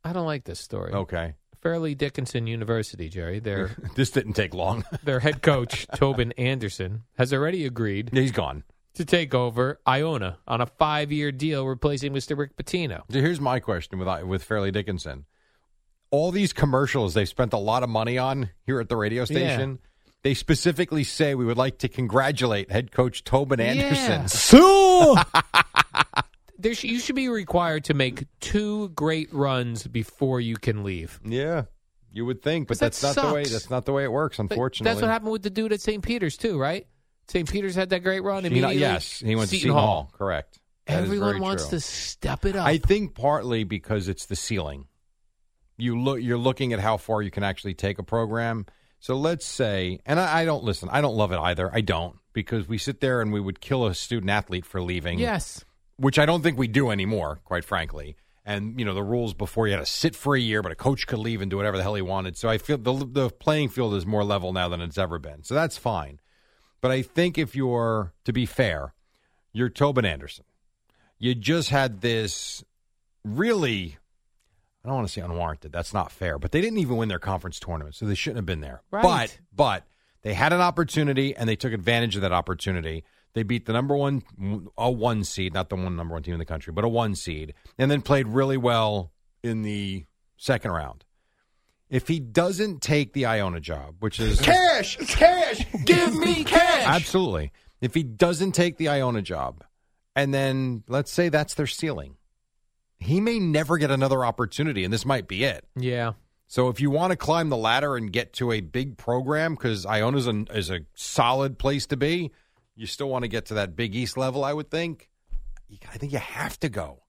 Speaker 2: I don't like this story.
Speaker 3: Okay.
Speaker 2: Fairleigh Dickinson University, Jerry. Their
Speaker 3: this didn't take long.
Speaker 2: their head coach Tobin Anderson has already agreed
Speaker 3: He's gone.
Speaker 2: to take over Iona on a five year deal, replacing Mr. Rick Pitino.
Speaker 3: So here's my question with with Fairleigh Dickinson. All these commercials they've spent a lot of money on here at the radio station. They specifically say we would like to congratulate head coach Tobin Anderson.
Speaker 2: So there, sh- you should be required to make two great runs before you can leave.
Speaker 3: Yeah, you would think, but
Speaker 2: That
Speaker 3: that's not the way.
Speaker 2: sucks.
Speaker 3: That's not the way it works.
Speaker 2: But
Speaker 3: Unfortunately,
Speaker 2: that's what happened with the dude at St. Peter's too, right? St. Peter's had that great run.
Speaker 3: He-
Speaker 2: immediately.
Speaker 3: yes, he went to
Speaker 2: Seton
Speaker 3: Seton Hall. Correct. That is
Speaker 2: Everyone
Speaker 3: very
Speaker 2: wants to
Speaker 3: true.
Speaker 2: step it up.
Speaker 3: I think partly because it's the ceiling. You look. You're looking at how far you can actually take a program. So let's say, and I, I don't listen. I don't love it either. I don't because we sit there and we would kill a student athlete for leaving.
Speaker 2: yes,
Speaker 3: which I don't think we do anymore, quite frankly. And you know the rules before you had to sit for a year, but a coach could leave and do whatever the hell he wanted. So I feel the the playing field is more level now than it's ever been. So that's fine. But I think if you're to be fair, you're Tobin Anderson. You just had this really. I don't want to say unwarranted. That's not fair. But they didn't even win their conference tournament, so they shouldn't have been there.
Speaker 2: Right.
Speaker 3: But but they had an opportunity and they took advantage of that opportunity. They beat the number one, a one seed, not the one number one team in the country, but a one seed, and then played really well in the second round. If he doesn't take the Iona job, which is
Speaker 5: Cash! Cash! Give me cash!
Speaker 3: Absolutely. If he doesn't take the Iona job, and then let's say that's their ceiling, he may never get another opportunity, and this might be it.
Speaker 2: yeah.
Speaker 3: So if you want to climb the ladder and get to a big program, because Iona is a, is a solid place to be, you still want to get to that Big East level, I would think. You- I think you have to go.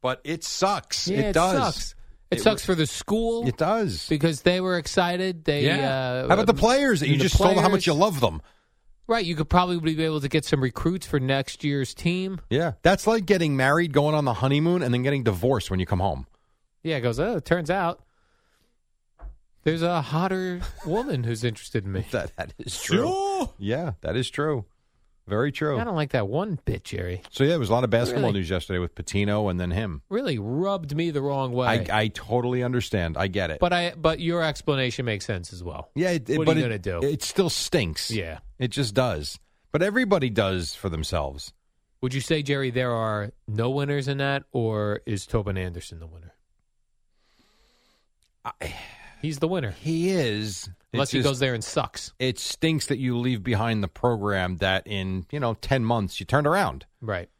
Speaker 3: but it sucks.
Speaker 2: Yeah,
Speaker 3: it,
Speaker 2: it
Speaker 3: does.
Speaker 2: sucks. It,
Speaker 3: It
Speaker 2: sucks for the school
Speaker 3: It does.
Speaker 2: because they were excited. They uh,
Speaker 3: How about the players that you
Speaker 2: the
Speaker 3: just told how much
Speaker 2: players-
Speaker 3: you love them?
Speaker 2: Right, you could probably be able to get some recruits for next year's team.
Speaker 3: Yeah, that's like getting married, going on the honeymoon, and then getting divorced when you come home.
Speaker 2: Yeah, it goes. Oh, it turns out there's a hotter woman who's interested in me.
Speaker 3: That that is true. Yeah, that is true. Very true.
Speaker 2: I don't like that one bit, Jerry.
Speaker 3: So yeah, there was a lot of basketball
Speaker 2: Really?
Speaker 3: news yesterday with Patino and then him.
Speaker 2: Really rubbed me the wrong way.
Speaker 3: I, I totally understand. I get it.
Speaker 2: but I but your explanation makes sense as well.
Speaker 3: yeah, it, it-
Speaker 2: what
Speaker 3: but
Speaker 2: are you
Speaker 3: it-
Speaker 2: gonna do?
Speaker 3: It still stinks.
Speaker 2: Yeah.
Speaker 3: it just does. But everybody does for themselves.
Speaker 2: Would you say, Jerry, there are no winners in that, or is Tobin Anderson the winner? He's the winner,
Speaker 3: He is.
Speaker 2: unless
Speaker 3: It's
Speaker 2: he
Speaker 3: just-
Speaker 2: goes there and sucks.
Speaker 3: It stinks that you leave behind the program that in you know ten months you turned around.
Speaker 2: Right,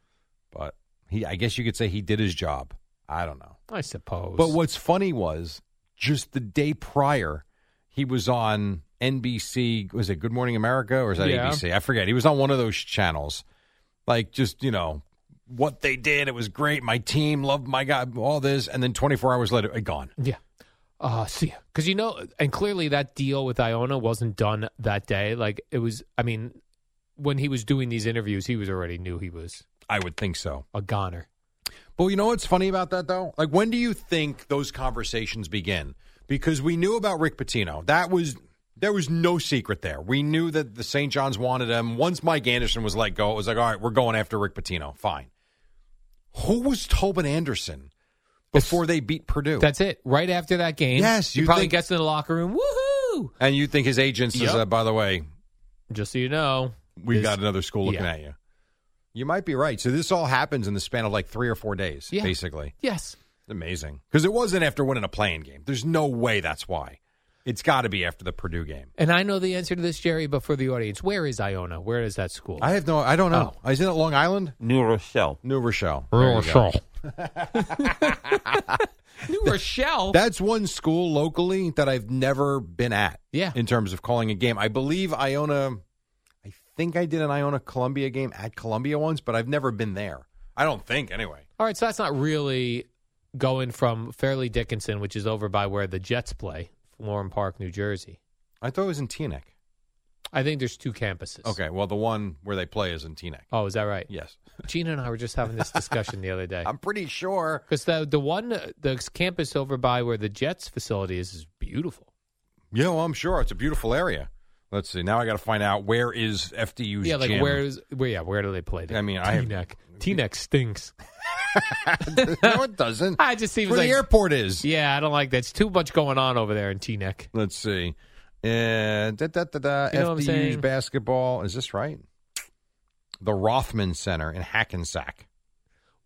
Speaker 3: But he, I guess you could say he did his job. I don't know.
Speaker 2: I suppose.
Speaker 3: But what's funny was just the day prior, he was on NBC. Was it Good Morning America or is that
Speaker 2: Yeah.
Speaker 3: ABC? I forget. He was on one of those channels. Like just you know what they did. It was great. My team loved my guy. All this, and then 24 hours later, it gone.
Speaker 2: Yeah. Uh, see, because you know, and clearly that deal with Iona wasn't done that day. Like it was. I mean, when he was doing these interviews, he was already knew he was
Speaker 3: I would think so.
Speaker 2: a goner.
Speaker 3: But you know what's funny about that though? Like when do you think those conversations begin? Because we knew about Rick Pitino. That was there was no secret there. We knew that the St. John's wanted him. Once Mike Anderson was let go, it was like, all right, we're going after Rick Pitino. Fine. Who was Tobin Anderson before they beat Purdue?
Speaker 2: That's it. Right after that game,
Speaker 3: Yes,
Speaker 2: he
Speaker 3: you
Speaker 2: probably
Speaker 3: think-
Speaker 2: gets in the locker room. Woohoo!
Speaker 3: and you think his agent says,
Speaker 2: Yep.
Speaker 3: uh, by the way,
Speaker 2: Just so you know,
Speaker 3: we
Speaker 2: this-
Speaker 3: got another school looking
Speaker 2: yeah.
Speaker 3: at you. You might be right. So this all happens in the span of like three or four days,
Speaker 2: Yeah.
Speaker 3: basically.
Speaker 2: Yes,
Speaker 3: It's amazing. Because it wasn't after winning a playing game. There's no way that's why. It's got to be after the Purdue game.
Speaker 2: and I know the answer to this, Jerry. But for the audience, where is Iona? Where is that school?
Speaker 3: I have no. I don't know. Isn't it Long Island?
Speaker 6: New Rochelle.
Speaker 3: New Rochelle.
Speaker 2: New
Speaker 3: There you go.
Speaker 2: Rochelle. New Rochelle.
Speaker 3: That's one school locally that I've never been at.
Speaker 2: Yeah.
Speaker 3: In terms of calling a game, I believe Iona. I think I did an Iona Columbia game at Columbia once, but I've never been there. I don't think anyway.
Speaker 2: All right, so that's not really going from Fairleigh Dickinson, which is over by where the Jets play, Florham Park, New Jersey.
Speaker 3: I thought it was in Teaneck.
Speaker 2: I think there's two campuses.
Speaker 3: Okay. Well, the one where they play is in Teaneck.
Speaker 2: Oh, is that right?
Speaker 3: Yes.
Speaker 2: Gina and I were just having this discussion the other day
Speaker 3: I'm pretty sure.
Speaker 2: because the the one the campus over by where the Jets facility is is beautiful.
Speaker 3: Yeah, well, I'm sure it's a beautiful area. Let's see. Now I got to find out where is FDU's
Speaker 2: yeah, like
Speaker 3: gym.
Speaker 2: where is where? Yeah, where do they play?
Speaker 3: I mean, I have-
Speaker 2: neck. T neck stinks.
Speaker 3: no, it doesn't.
Speaker 2: I just seems
Speaker 3: where
Speaker 2: like-
Speaker 3: the airport is.
Speaker 2: Yeah, I don't like that. It's too much going on over there in T neck.
Speaker 3: Let's see. Uh, da, da, da, da,
Speaker 2: You know what I'm
Speaker 3: FDU's
Speaker 2: saying?
Speaker 3: basketball. Is this right? The Rothman Center in Hackensack.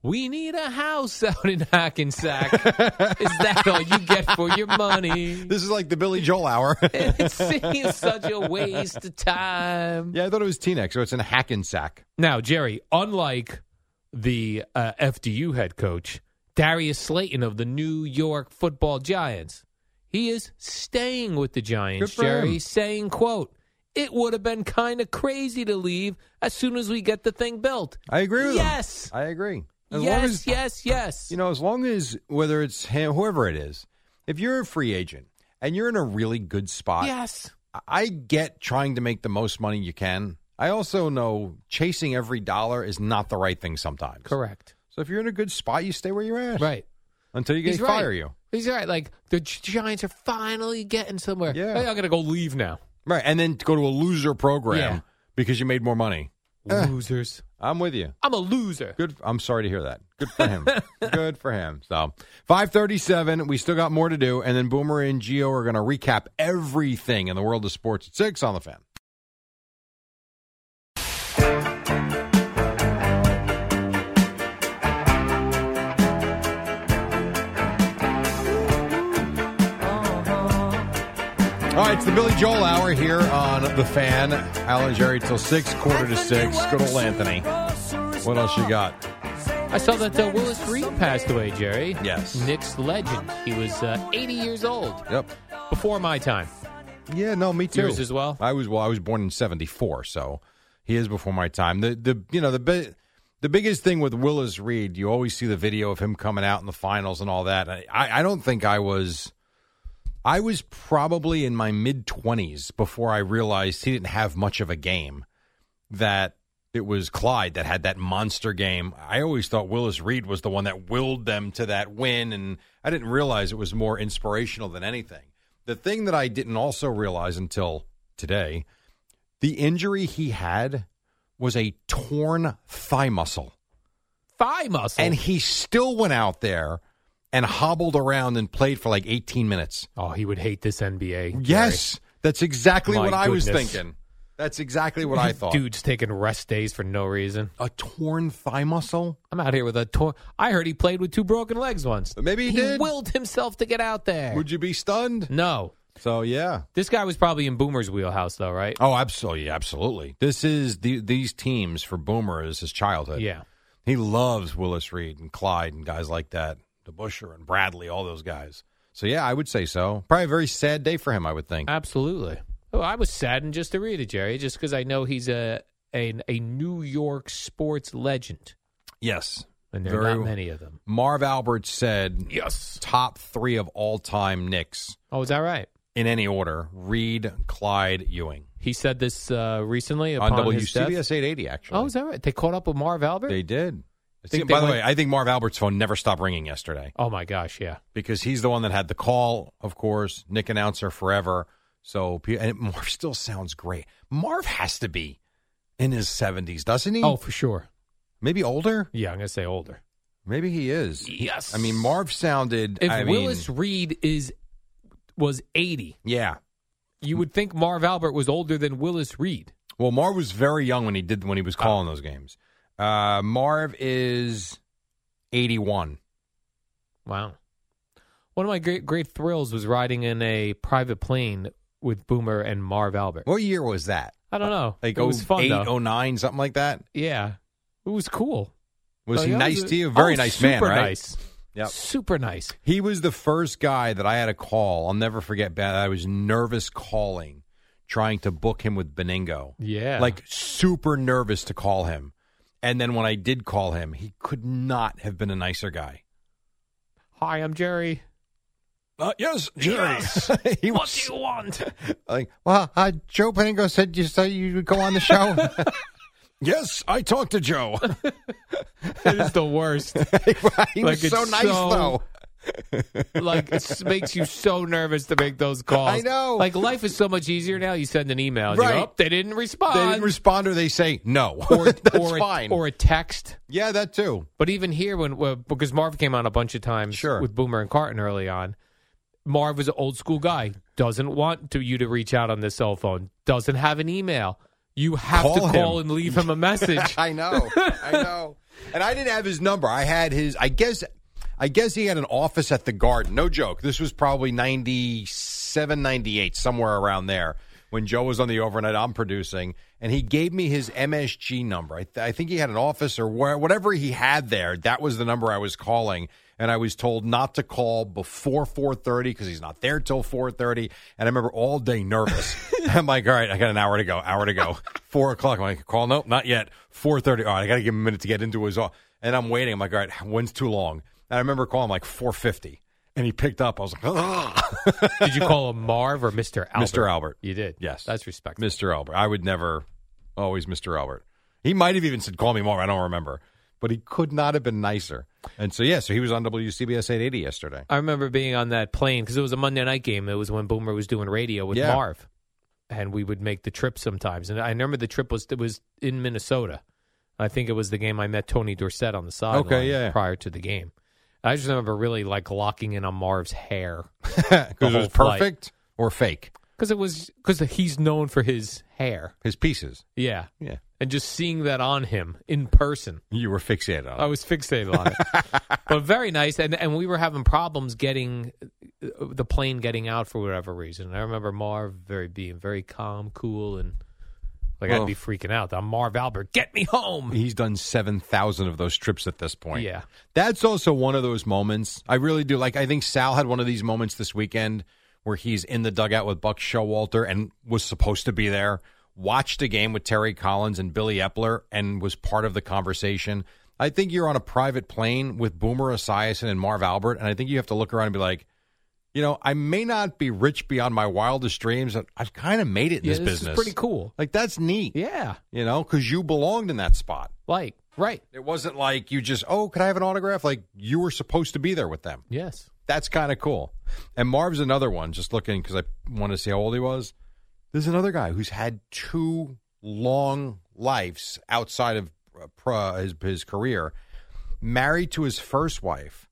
Speaker 2: We need a house out in Hackensack. is that all you get for your money?
Speaker 3: This is like the Billy Joel hour.
Speaker 2: it seems such a waste of time.
Speaker 3: yeah, I thought it was Teaneck, so it's in Hackensack.
Speaker 2: Now, Jerry, unlike the uh, FDU head coach, Darius Slayton of the New York football Giants, he is staying with the Giants,
Speaker 3: Good for
Speaker 2: Jerry,
Speaker 3: him.
Speaker 2: saying, quote, it would have been kind of crazy to leave as soon as we get the thing built.
Speaker 3: I agree with him.
Speaker 2: Yes.
Speaker 3: I agree. As long
Speaker 2: yes,
Speaker 3: as
Speaker 2: yes, yes.
Speaker 3: You know, as long as whether it's him, whoever it is, if you're a free agent and you're in a really good spot,
Speaker 2: yes.
Speaker 3: I get trying to make the most money you can. I also know chasing every dollar is not the right thing sometimes.
Speaker 2: Correct.
Speaker 3: So if you're in a good spot, you stay where you're at.
Speaker 2: Right.
Speaker 3: Until you get
Speaker 2: He's
Speaker 3: fire
Speaker 2: right.
Speaker 3: you.
Speaker 2: He's right. Like, the Gi- Giants are finally getting somewhere.
Speaker 3: Yeah.
Speaker 2: Hey, I'm going to go leave now.
Speaker 3: Right. And then go to a loser program
Speaker 2: Yeah.
Speaker 3: because you made more money.
Speaker 2: Losers.
Speaker 3: I'm with you.
Speaker 2: I'm a loser.
Speaker 3: Good. I'm sorry to hear that. Good for him. good for him. So 537. We still got more to do. And then Boomer and Geo are going to recap everything in the world of sports at 6 on the fan. All right, it's the Billy Joel hour here on The Fan. Alan Jerry till 6, quarter to 6. Good old Anthony. What else you got?
Speaker 2: I saw that uh, Willis Reed passed away, Jerry.
Speaker 3: Yes.
Speaker 2: Knicks legend. He was uh, 80 years old.
Speaker 3: Yep.
Speaker 2: Before my time.
Speaker 3: Yeah, no, me too.
Speaker 2: Yours as well?
Speaker 3: I was well. I was born in '74, so he is before my time. The the you know the bi- The biggest thing with Willis Reed, you always see the video of him coming out in the finals and all that. I, I don't think I was. I was probably in my mid 20s before I realized he didn't have much of a game, that it was Clyde that had that monster game. I always thought Willis Reed was the one that willed them to that win, and I didn't realize it was more inspirational than anything. The thing that I didn't also realize until today the injury he had was a torn thigh muscle.
Speaker 2: Thigh muscle.
Speaker 3: And he still went out there and hobbled around and played for like 18 minutes.
Speaker 2: Oh, he would hate this NBA.
Speaker 3: Yes, that's exactly
Speaker 2: My
Speaker 3: what I was
Speaker 2: goodness.
Speaker 3: thinking. That's exactly what I thought.
Speaker 2: Dude's taking rest days for no reason.
Speaker 3: a torn thigh muscle?
Speaker 2: I'm out here with a torn. I heard he played with two broken legs once.
Speaker 3: Uh, Maybe he,
Speaker 2: he
Speaker 3: did.
Speaker 2: willed himself to get out there.
Speaker 3: Would you be stunned?
Speaker 2: no.
Speaker 3: So yeah.
Speaker 2: This guy was probably in Boomer's wheelhouse, though, right?
Speaker 3: Oh, absolutely, absolutely. This is the, these teams for Boomer is his childhood.
Speaker 2: Yeah.
Speaker 3: he loves Willis Reed and Clyde and guys like that, DeBuscher and Bradley, all those guys. So yeah, I would say so. Probably a very sad day for him, I would
Speaker 2: Uh,
Speaker 3: think.
Speaker 2: Absolutely. Oh, I was saddened just to read it, Jerry, just because I know he's a, a a New York sports legend,
Speaker 3: yes,
Speaker 2: and there are
Speaker 3: Very-
Speaker 2: not many of them.
Speaker 3: Marv Albert said
Speaker 2: Yes.
Speaker 3: top three of all time Knicks
Speaker 2: Oh, is that right?
Speaker 3: in any order: Reed, Clyde, Ewing
Speaker 2: He said this uh, recently
Speaker 3: on
Speaker 2: upon his death.
Speaker 3: WCBS 880. Actually,
Speaker 2: Oh, is that right? They caught up with Marv Albert.
Speaker 3: they did.
Speaker 2: Think they
Speaker 3: by the
Speaker 2: went-
Speaker 3: way, I think Marv Albert's phone never stopped ringing yesterday
Speaker 2: oh my gosh, yeah.
Speaker 3: because he's the one that had the call, of course. Nick announcer forever. So pe- and Marv still sounds great. Marv has to be in his 70s, doesn't he?
Speaker 2: Oh, for sure.
Speaker 3: maybe older.
Speaker 2: Yeah, I'm gonna say older.
Speaker 3: Maybe he is.
Speaker 2: Yes.
Speaker 3: I mean, Marv sounded.
Speaker 2: If
Speaker 3: I mean,
Speaker 2: Willis Reed is was 80,
Speaker 3: yeah.
Speaker 2: you would think Marv Albert was older than Willis Reed.
Speaker 3: Well, Marv was very young when he did when he was calling those games. Uh, Marv is eighty-one.
Speaker 2: Wow. One of my great great thrills was riding in a private plane with Boomer and Marv Albert.
Speaker 3: What year was that?
Speaker 2: I don't know.
Speaker 3: Like
Speaker 2: it was fun
Speaker 3: eight,
Speaker 2: though.
Speaker 3: oh nine, something like that.
Speaker 2: Yeah, it was cool.
Speaker 3: Was
Speaker 2: Like,
Speaker 3: he
Speaker 2: I
Speaker 3: nice
Speaker 2: a-
Speaker 3: to you? Very
Speaker 2: Oh,
Speaker 3: nice man,
Speaker 2: super
Speaker 3: right?
Speaker 2: Nice.
Speaker 3: Yep.
Speaker 2: Super nice.
Speaker 3: He was the first guy that I had a call. I'll never forget that. I was nervous calling, trying to book him with Beningo.
Speaker 2: Yeah.
Speaker 3: Like super nervous to call him. And then when I did call him, he could not have been a nicer guy.
Speaker 2: hi, I'm Jerry.
Speaker 3: Uh, yes,
Speaker 2: Yes.
Speaker 3: he
Speaker 2: What
Speaker 3: was
Speaker 2: do you want?
Speaker 3: like, well, uh, Joe Beningo said you said you would go on the show. yes, I talked to Joe.
Speaker 2: it is the worst.
Speaker 3: he
Speaker 2: Like,
Speaker 3: was
Speaker 2: it's
Speaker 3: so nice
Speaker 2: so-
Speaker 3: though.
Speaker 2: like it s- makes you so nervous to make those calls.
Speaker 3: I know.
Speaker 2: Like life is so much easier now. You send an email. And You
Speaker 3: Right.
Speaker 2: go, "Oh, they didn't respond.
Speaker 3: They didn't respond or they say no. That's
Speaker 2: or a,
Speaker 3: fine.
Speaker 2: Or a text.
Speaker 3: yeah, that too.
Speaker 2: But even here, when, when because Marv came on a bunch of times
Speaker 3: Sure.
Speaker 2: with Boomer and Carton early on, Marv is an old school guy. Doesn't want to you to reach out on the cell phone. Doesn't have an email. You have
Speaker 3: Call
Speaker 2: to call
Speaker 3: him.
Speaker 2: and leave him a message.
Speaker 3: I know. I know. And I didn't have his number. I had his I guess I guess he had an office at the garden. No joke. This was probably 97, 98, somewhere around there when Joe was on the overnight I'm producing and he gave me his MSG number. I, th- I think he had an office or where, whatever he had there. That was the number I was calling and I was told not to call before 4:30 because he's not there till 4:30. And I remember all day nervous. I'm like, all right, I got an hour to go, hour to go, four o'clock. I'm like, call, nope, not yet. 4:30. All right, I got to give him a minute to get into his. au- And I'm waiting. I'm like, all right, when's too long? And I remember calling like 4:50, and he picked up. I was like, "Ugh."
Speaker 2: Did you call him Marv or Mister Albert?
Speaker 3: Mr. Albert.
Speaker 2: You did.
Speaker 3: Yes.
Speaker 2: that's respectful.
Speaker 3: Mr. Albert. I would never, always Mr. Albert. He might have even said, call me more. I don't remember. But he could not have been nicer. And so, yeah, so he was on WCBS 880 yesterday.
Speaker 2: I remember being on that plane because it was a Monday night game. It was when Boomer was doing radio with
Speaker 3: Yeah.
Speaker 2: Marv, and we would make the trip sometimes. And I remember the trip was it was in Minnesota. I think it was the game I met Tony Dorsett on the sideline
Speaker 3: yeah, yeah.
Speaker 2: prior to the game. I just remember really like locking in on Marv's hair
Speaker 3: Because it was
Speaker 2: whole flight.
Speaker 3: perfect or fake.
Speaker 2: because it was because he's known for his hair.
Speaker 3: His pieces.
Speaker 2: Yeah,
Speaker 3: Yeah.
Speaker 2: and just seeing that on him in person,
Speaker 3: You were fixated on
Speaker 2: I was fixated on it. but very nice, and and we were having problems getting uh, the plane getting out for whatever reason. And I remember Marv very being very calm, cool, and like
Speaker 3: Well-
Speaker 2: I'd be freaking out. I'm Marv Albert. Get me home.
Speaker 3: He's done 7,000 of those trips at this point.
Speaker 2: Yeah.
Speaker 3: That's also one of those moments. I really do. Like, I think Sal had one of these moments this weekend where he's in the dugout with Buck Showalter and was supposed to be there, watched a game with Terry Collins and Billy Epler and was part of the conversation. I think you're on a private plane with Boomer Esiason and Marv Albert, and I think you have to look around and be like, you know, I may not be rich beyond my wildest dreams. but I've kind of made it in
Speaker 2: Yeah,
Speaker 3: this,
Speaker 2: this is
Speaker 3: business.
Speaker 2: pretty cool.
Speaker 3: Like that's neat.
Speaker 2: Yeah.
Speaker 3: you know, because you belonged in that spot.
Speaker 2: Like, right.
Speaker 3: It wasn't like you just, oh, could I have an autograph? Like you were supposed to be there with them.
Speaker 2: Yes.
Speaker 3: That's kind of cool. And Marv's another one, just looking because I wanted to see how old he was. There's another guy who's had two long lives outside of uh, pro, his, his career, married to his first wife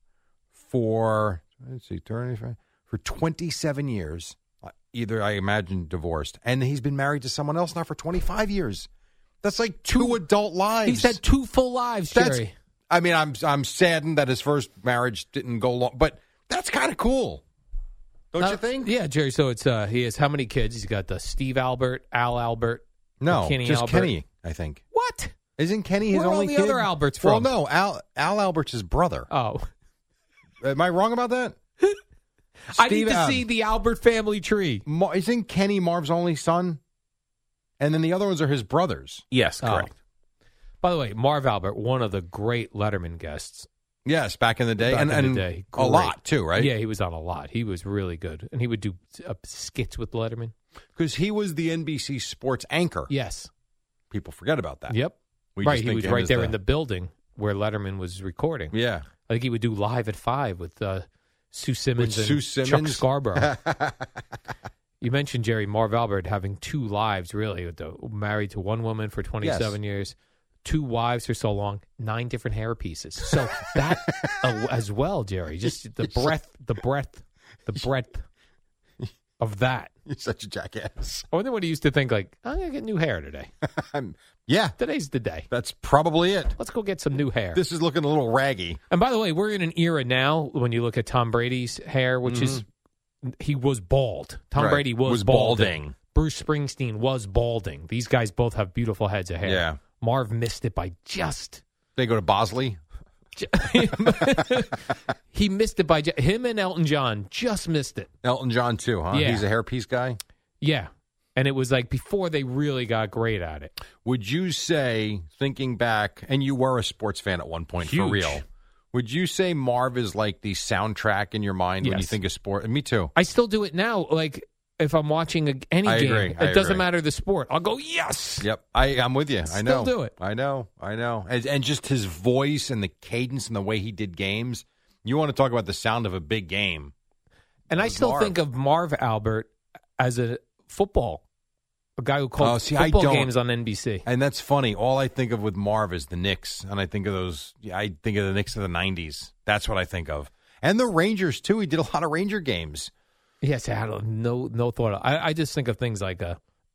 Speaker 3: for, let's see, 20, for 27 years, Uh, either I imagine divorced, and he's been married to someone else now for 25 years. That's like two adult lives.
Speaker 2: He's had two full lives,
Speaker 3: That's-
Speaker 2: Jerry.
Speaker 3: I mean, I'm I'm saddened that his first marriage didn't go long, but that's kind of cool, don't
Speaker 2: Uh,
Speaker 3: you think?
Speaker 2: Yeah, Jerry. So it's uh he has how many kids? He's got the Steve Albert, Al Albert.
Speaker 3: No,
Speaker 2: Kenny
Speaker 3: just
Speaker 2: Albert.
Speaker 3: Kenny. I think
Speaker 2: What?
Speaker 3: isn't Kenny his
Speaker 2: Where are all
Speaker 3: only
Speaker 2: the
Speaker 3: kid?
Speaker 2: other Alberts
Speaker 3: Well,
Speaker 2: from?
Speaker 3: no, Al Al Albert's his brother.
Speaker 2: Oh,
Speaker 3: Am I wrong about that?
Speaker 2: I need
Speaker 3: Steve
Speaker 2: to
Speaker 3: Al-
Speaker 2: see the Albert family tree.
Speaker 3: Mar- isn't Kenny Marv's only son? And then the other ones are his brothers.
Speaker 6: Yes,
Speaker 2: Oh.
Speaker 6: correct.
Speaker 2: By the way, Marv Albert, one of the great Letterman guests.
Speaker 3: Yes, back in the day,
Speaker 2: back
Speaker 3: and,
Speaker 2: in
Speaker 3: and
Speaker 2: the day.
Speaker 3: a
Speaker 2: Great.
Speaker 3: lot too, right?
Speaker 2: Yeah, he was on a lot. He was really good, and he would do uh, skits with Letterman.
Speaker 3: because he was the NBC sports anchor.
Speaker 2: Yes.
Speaker 3: People forget about that.
Speaker 2: Yep.
Speaker 3: We
Speaker 2: right.
Speaker 3: just
Speaker 2: He
Speaker 3: think
Speaker 2: was
Speaker 3: of him
Speaker 2: right
Speaker 3: as
Speaker 2: there in the building where Letterman was recording.
Speaker 3: yeah.
Speaker 2: I think he would do live at five with uh, Sue Simmons
Speaker 3: With
Speaker 2: and
Speaker 3: Sue
Speaker 2: Chuck
Speaker 3: Simmons?
Speaker 2: Scarborough. you mentioned Jerry Marv Albert having two lives, really, with the, married to one woman for twenty-seven years, two wives for so long, nine different hair pieces. So that uh, as well, Jerry, just the breadth, the breadth, the breadth of that.
Speaker 3: You're such a jackass.
Speaker 2: I wonder what he used to think. Like, I'm gonna get new hair today.
Speaker 3: I'm, yeah,
Speaker 2: Today's the day.
Speaker 3: that's probably it.
Speaker 2: Let's go get some new hair.
Speaker 3: This is looking a little raggy.
Speaker 2: And by the way, we're in an era now when you look at Tom Brady's hair, which is he was bald. Tom
Speaker 3: Right.
Speaker 2: Brady was,
Speaker 3: Was balding.
Speaker 2: Bruce Springsteen was balding. These guys both have beautiful heads of hair.
Speaker 3: Yeah.
Speaker 2: Marv missed it by just.
Speaker 3: They go to Bosley.
Speaker 2: ju- he missed it by ju- him and Elton John just missed it.
Speaker 3: Elton John too, huh?
Speaker 2: Yeah.
Speaker 3: He's a hairpiece guy.
Speaker 2: Yeah. And it was like before they really got great at it.
Speaker 3: Would you say, thinking back, and you were a sports fan at one point for
Speaker 2: Huge.
Speaker 3: real? Would you say Marv is like the soundtrack in your mind when you
Speaker 2: Yes.
Speaker 3: think of sport? Me too.
Speaker 2: I still do it now. Like if I'm watching a, any
Speaker 3: I
Speaker 2: game,
Speaker 3: agree.
Speaker 2: it
Speaker 3: I
Speaker 2: doesn't
Speaker 3: agree.
Speaker 2: matter the sport. I'll go yes.
Speaker 3: Yep, I, I'm with you. I
Speaker 2: Still
Speaker 3: know.
Speaker 2: do it.
Speaker 3: I know. I know. And, and just his voice and the cadence and the way he did games. You want to talk about the sound of a big game?
Speaker 2: And I
Speaker 3: was
Speaker 2: still
Speaker 3: Marv.
Speaker 2: think of Marv Albert as a football, a guy who called
Speaker 3: Oh, see, I
Speaker 2: football
Speaker 3: don't.
Speaker 2: games on NBC.
Speaker 3: And that's funny. All I think of with Marv is the Knicks, and I think of those. yeah, I think of the Knicks of the '90s. That's what I think of, and the Rangers too. He did a lot of Ranger games.
Speaker 2: Yes, I had a- no no thought. Of, I, I just think of things like uh,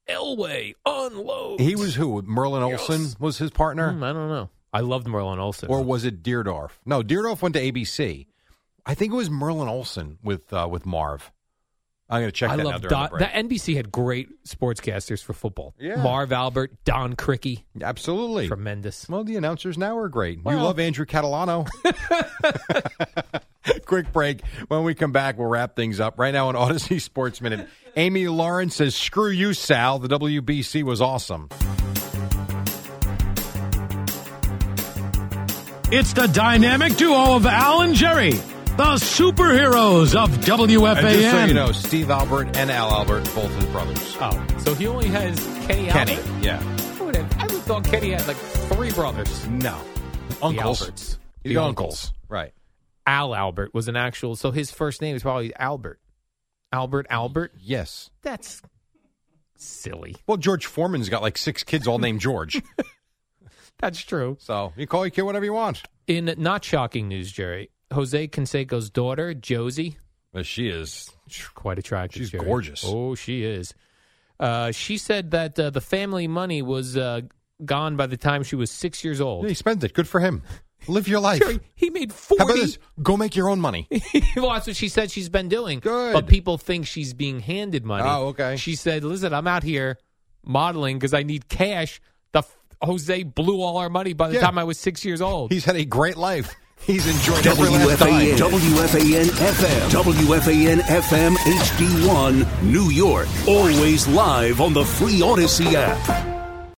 Speaker 2: Elway unload.
Speaker 3: He was who? Merlin Olsen was his partner,
Speaker 2: Hmm, I don't know. I loved Merlin Olsen.
Speaker 3: or was it Deerdorf? No, Deerdorf went to ABC. I think it was Merlin Olsen with uh, with Marv. I'm going to check
Speaker 2: I
Speaker 3: that out
Speaker 2: loved
Speaker 3: during
Speaker 2: Don,
Speaker 3: the break.
Speaker 2: that NBC had great sportscasters for football.
Speaker 3: Yeah.
Speaker 2: Marv Albert, Don Cricky,
Speaker 3: Absolutely.
Speaker 2: tremendous.
Speaker 3: Well, the announcers now are great. you
Speaker 2: Well-
Speaker 3: love Andrew Catalano. Quick break. When we come back, we'll wrap things up. Right now on Odyssey Sports Minute, Amy Lawrence says, "Screw you, Sal. The WBC was awesome."
Speaker 5: It's the dynamic duo of Al and Jerry, the superheroes of E. WFAN.
Speaker 3: And just so you know, Steve Albert and Al Albert, both his brothers.
Speaker 2: Oh, so he only has Kenny.
Speaker 3: Kenny,
Speaker 2: Albert.
Speaker 3: yeah,
Speaker 2: I would have, I would have thought Kenny had like three brothers.
Speaker 3: no, uncles,
Speaker 2: The Alberts.
Speaker 3: The,
Speaker 2: The
Speaker 3: uncles. right?
Speaker 2: Al Albert was an actual. So his first name is probably Albert. Albert Albert.
Speaker 3: Yes.
Speaker 2: That's silly.
Speaker 3: Well, George Foreman's got like six kids all named George,
Speaker 2: That's true.
Speaker 3: so you call your kid whatever you want.
Speaker 2: In not shocking news, Jerry, Jose Canseco's daughter, Josie,
Speaker 3: But she is
Speaker 2: quite attractive.
Speaker 3: She's
Speaker 2: Jerry.
Speaker 3: gorgeous.
Speaker 2: Oh, she is. Uh, she said that uh, the family money was uh, gone by the time she was six years
Speaker 3: Yeah,
Speaker 2: old.
Speaker 3: he spends it. Good for him. Live your life.
Speaker 2: Jerry, he made
Speaker 3: How about
Speaker 2: forty.
Speaker 3: this? Go make your own money.
Speaker 2: well, that's what she said she's been doing.
Speaker 3: Good.
Speaker 2: But people think she's being handed money.
Speaker 3: Oh, okay.
Speaker 2: She said, listen, I'm out here modeling because I need cash. The f- Jose blew all our money by the
Speaker 3: Yeah.
Speaker 2: time I was six years old.
Speaker 3: He's had a great life. He's enjoying every last
Speaker 7: WFAN,
Speaker 3: dime.
Speaker 7: WFAN FM, WFAN FM HD1, New York. Always live on the free Odyssey app.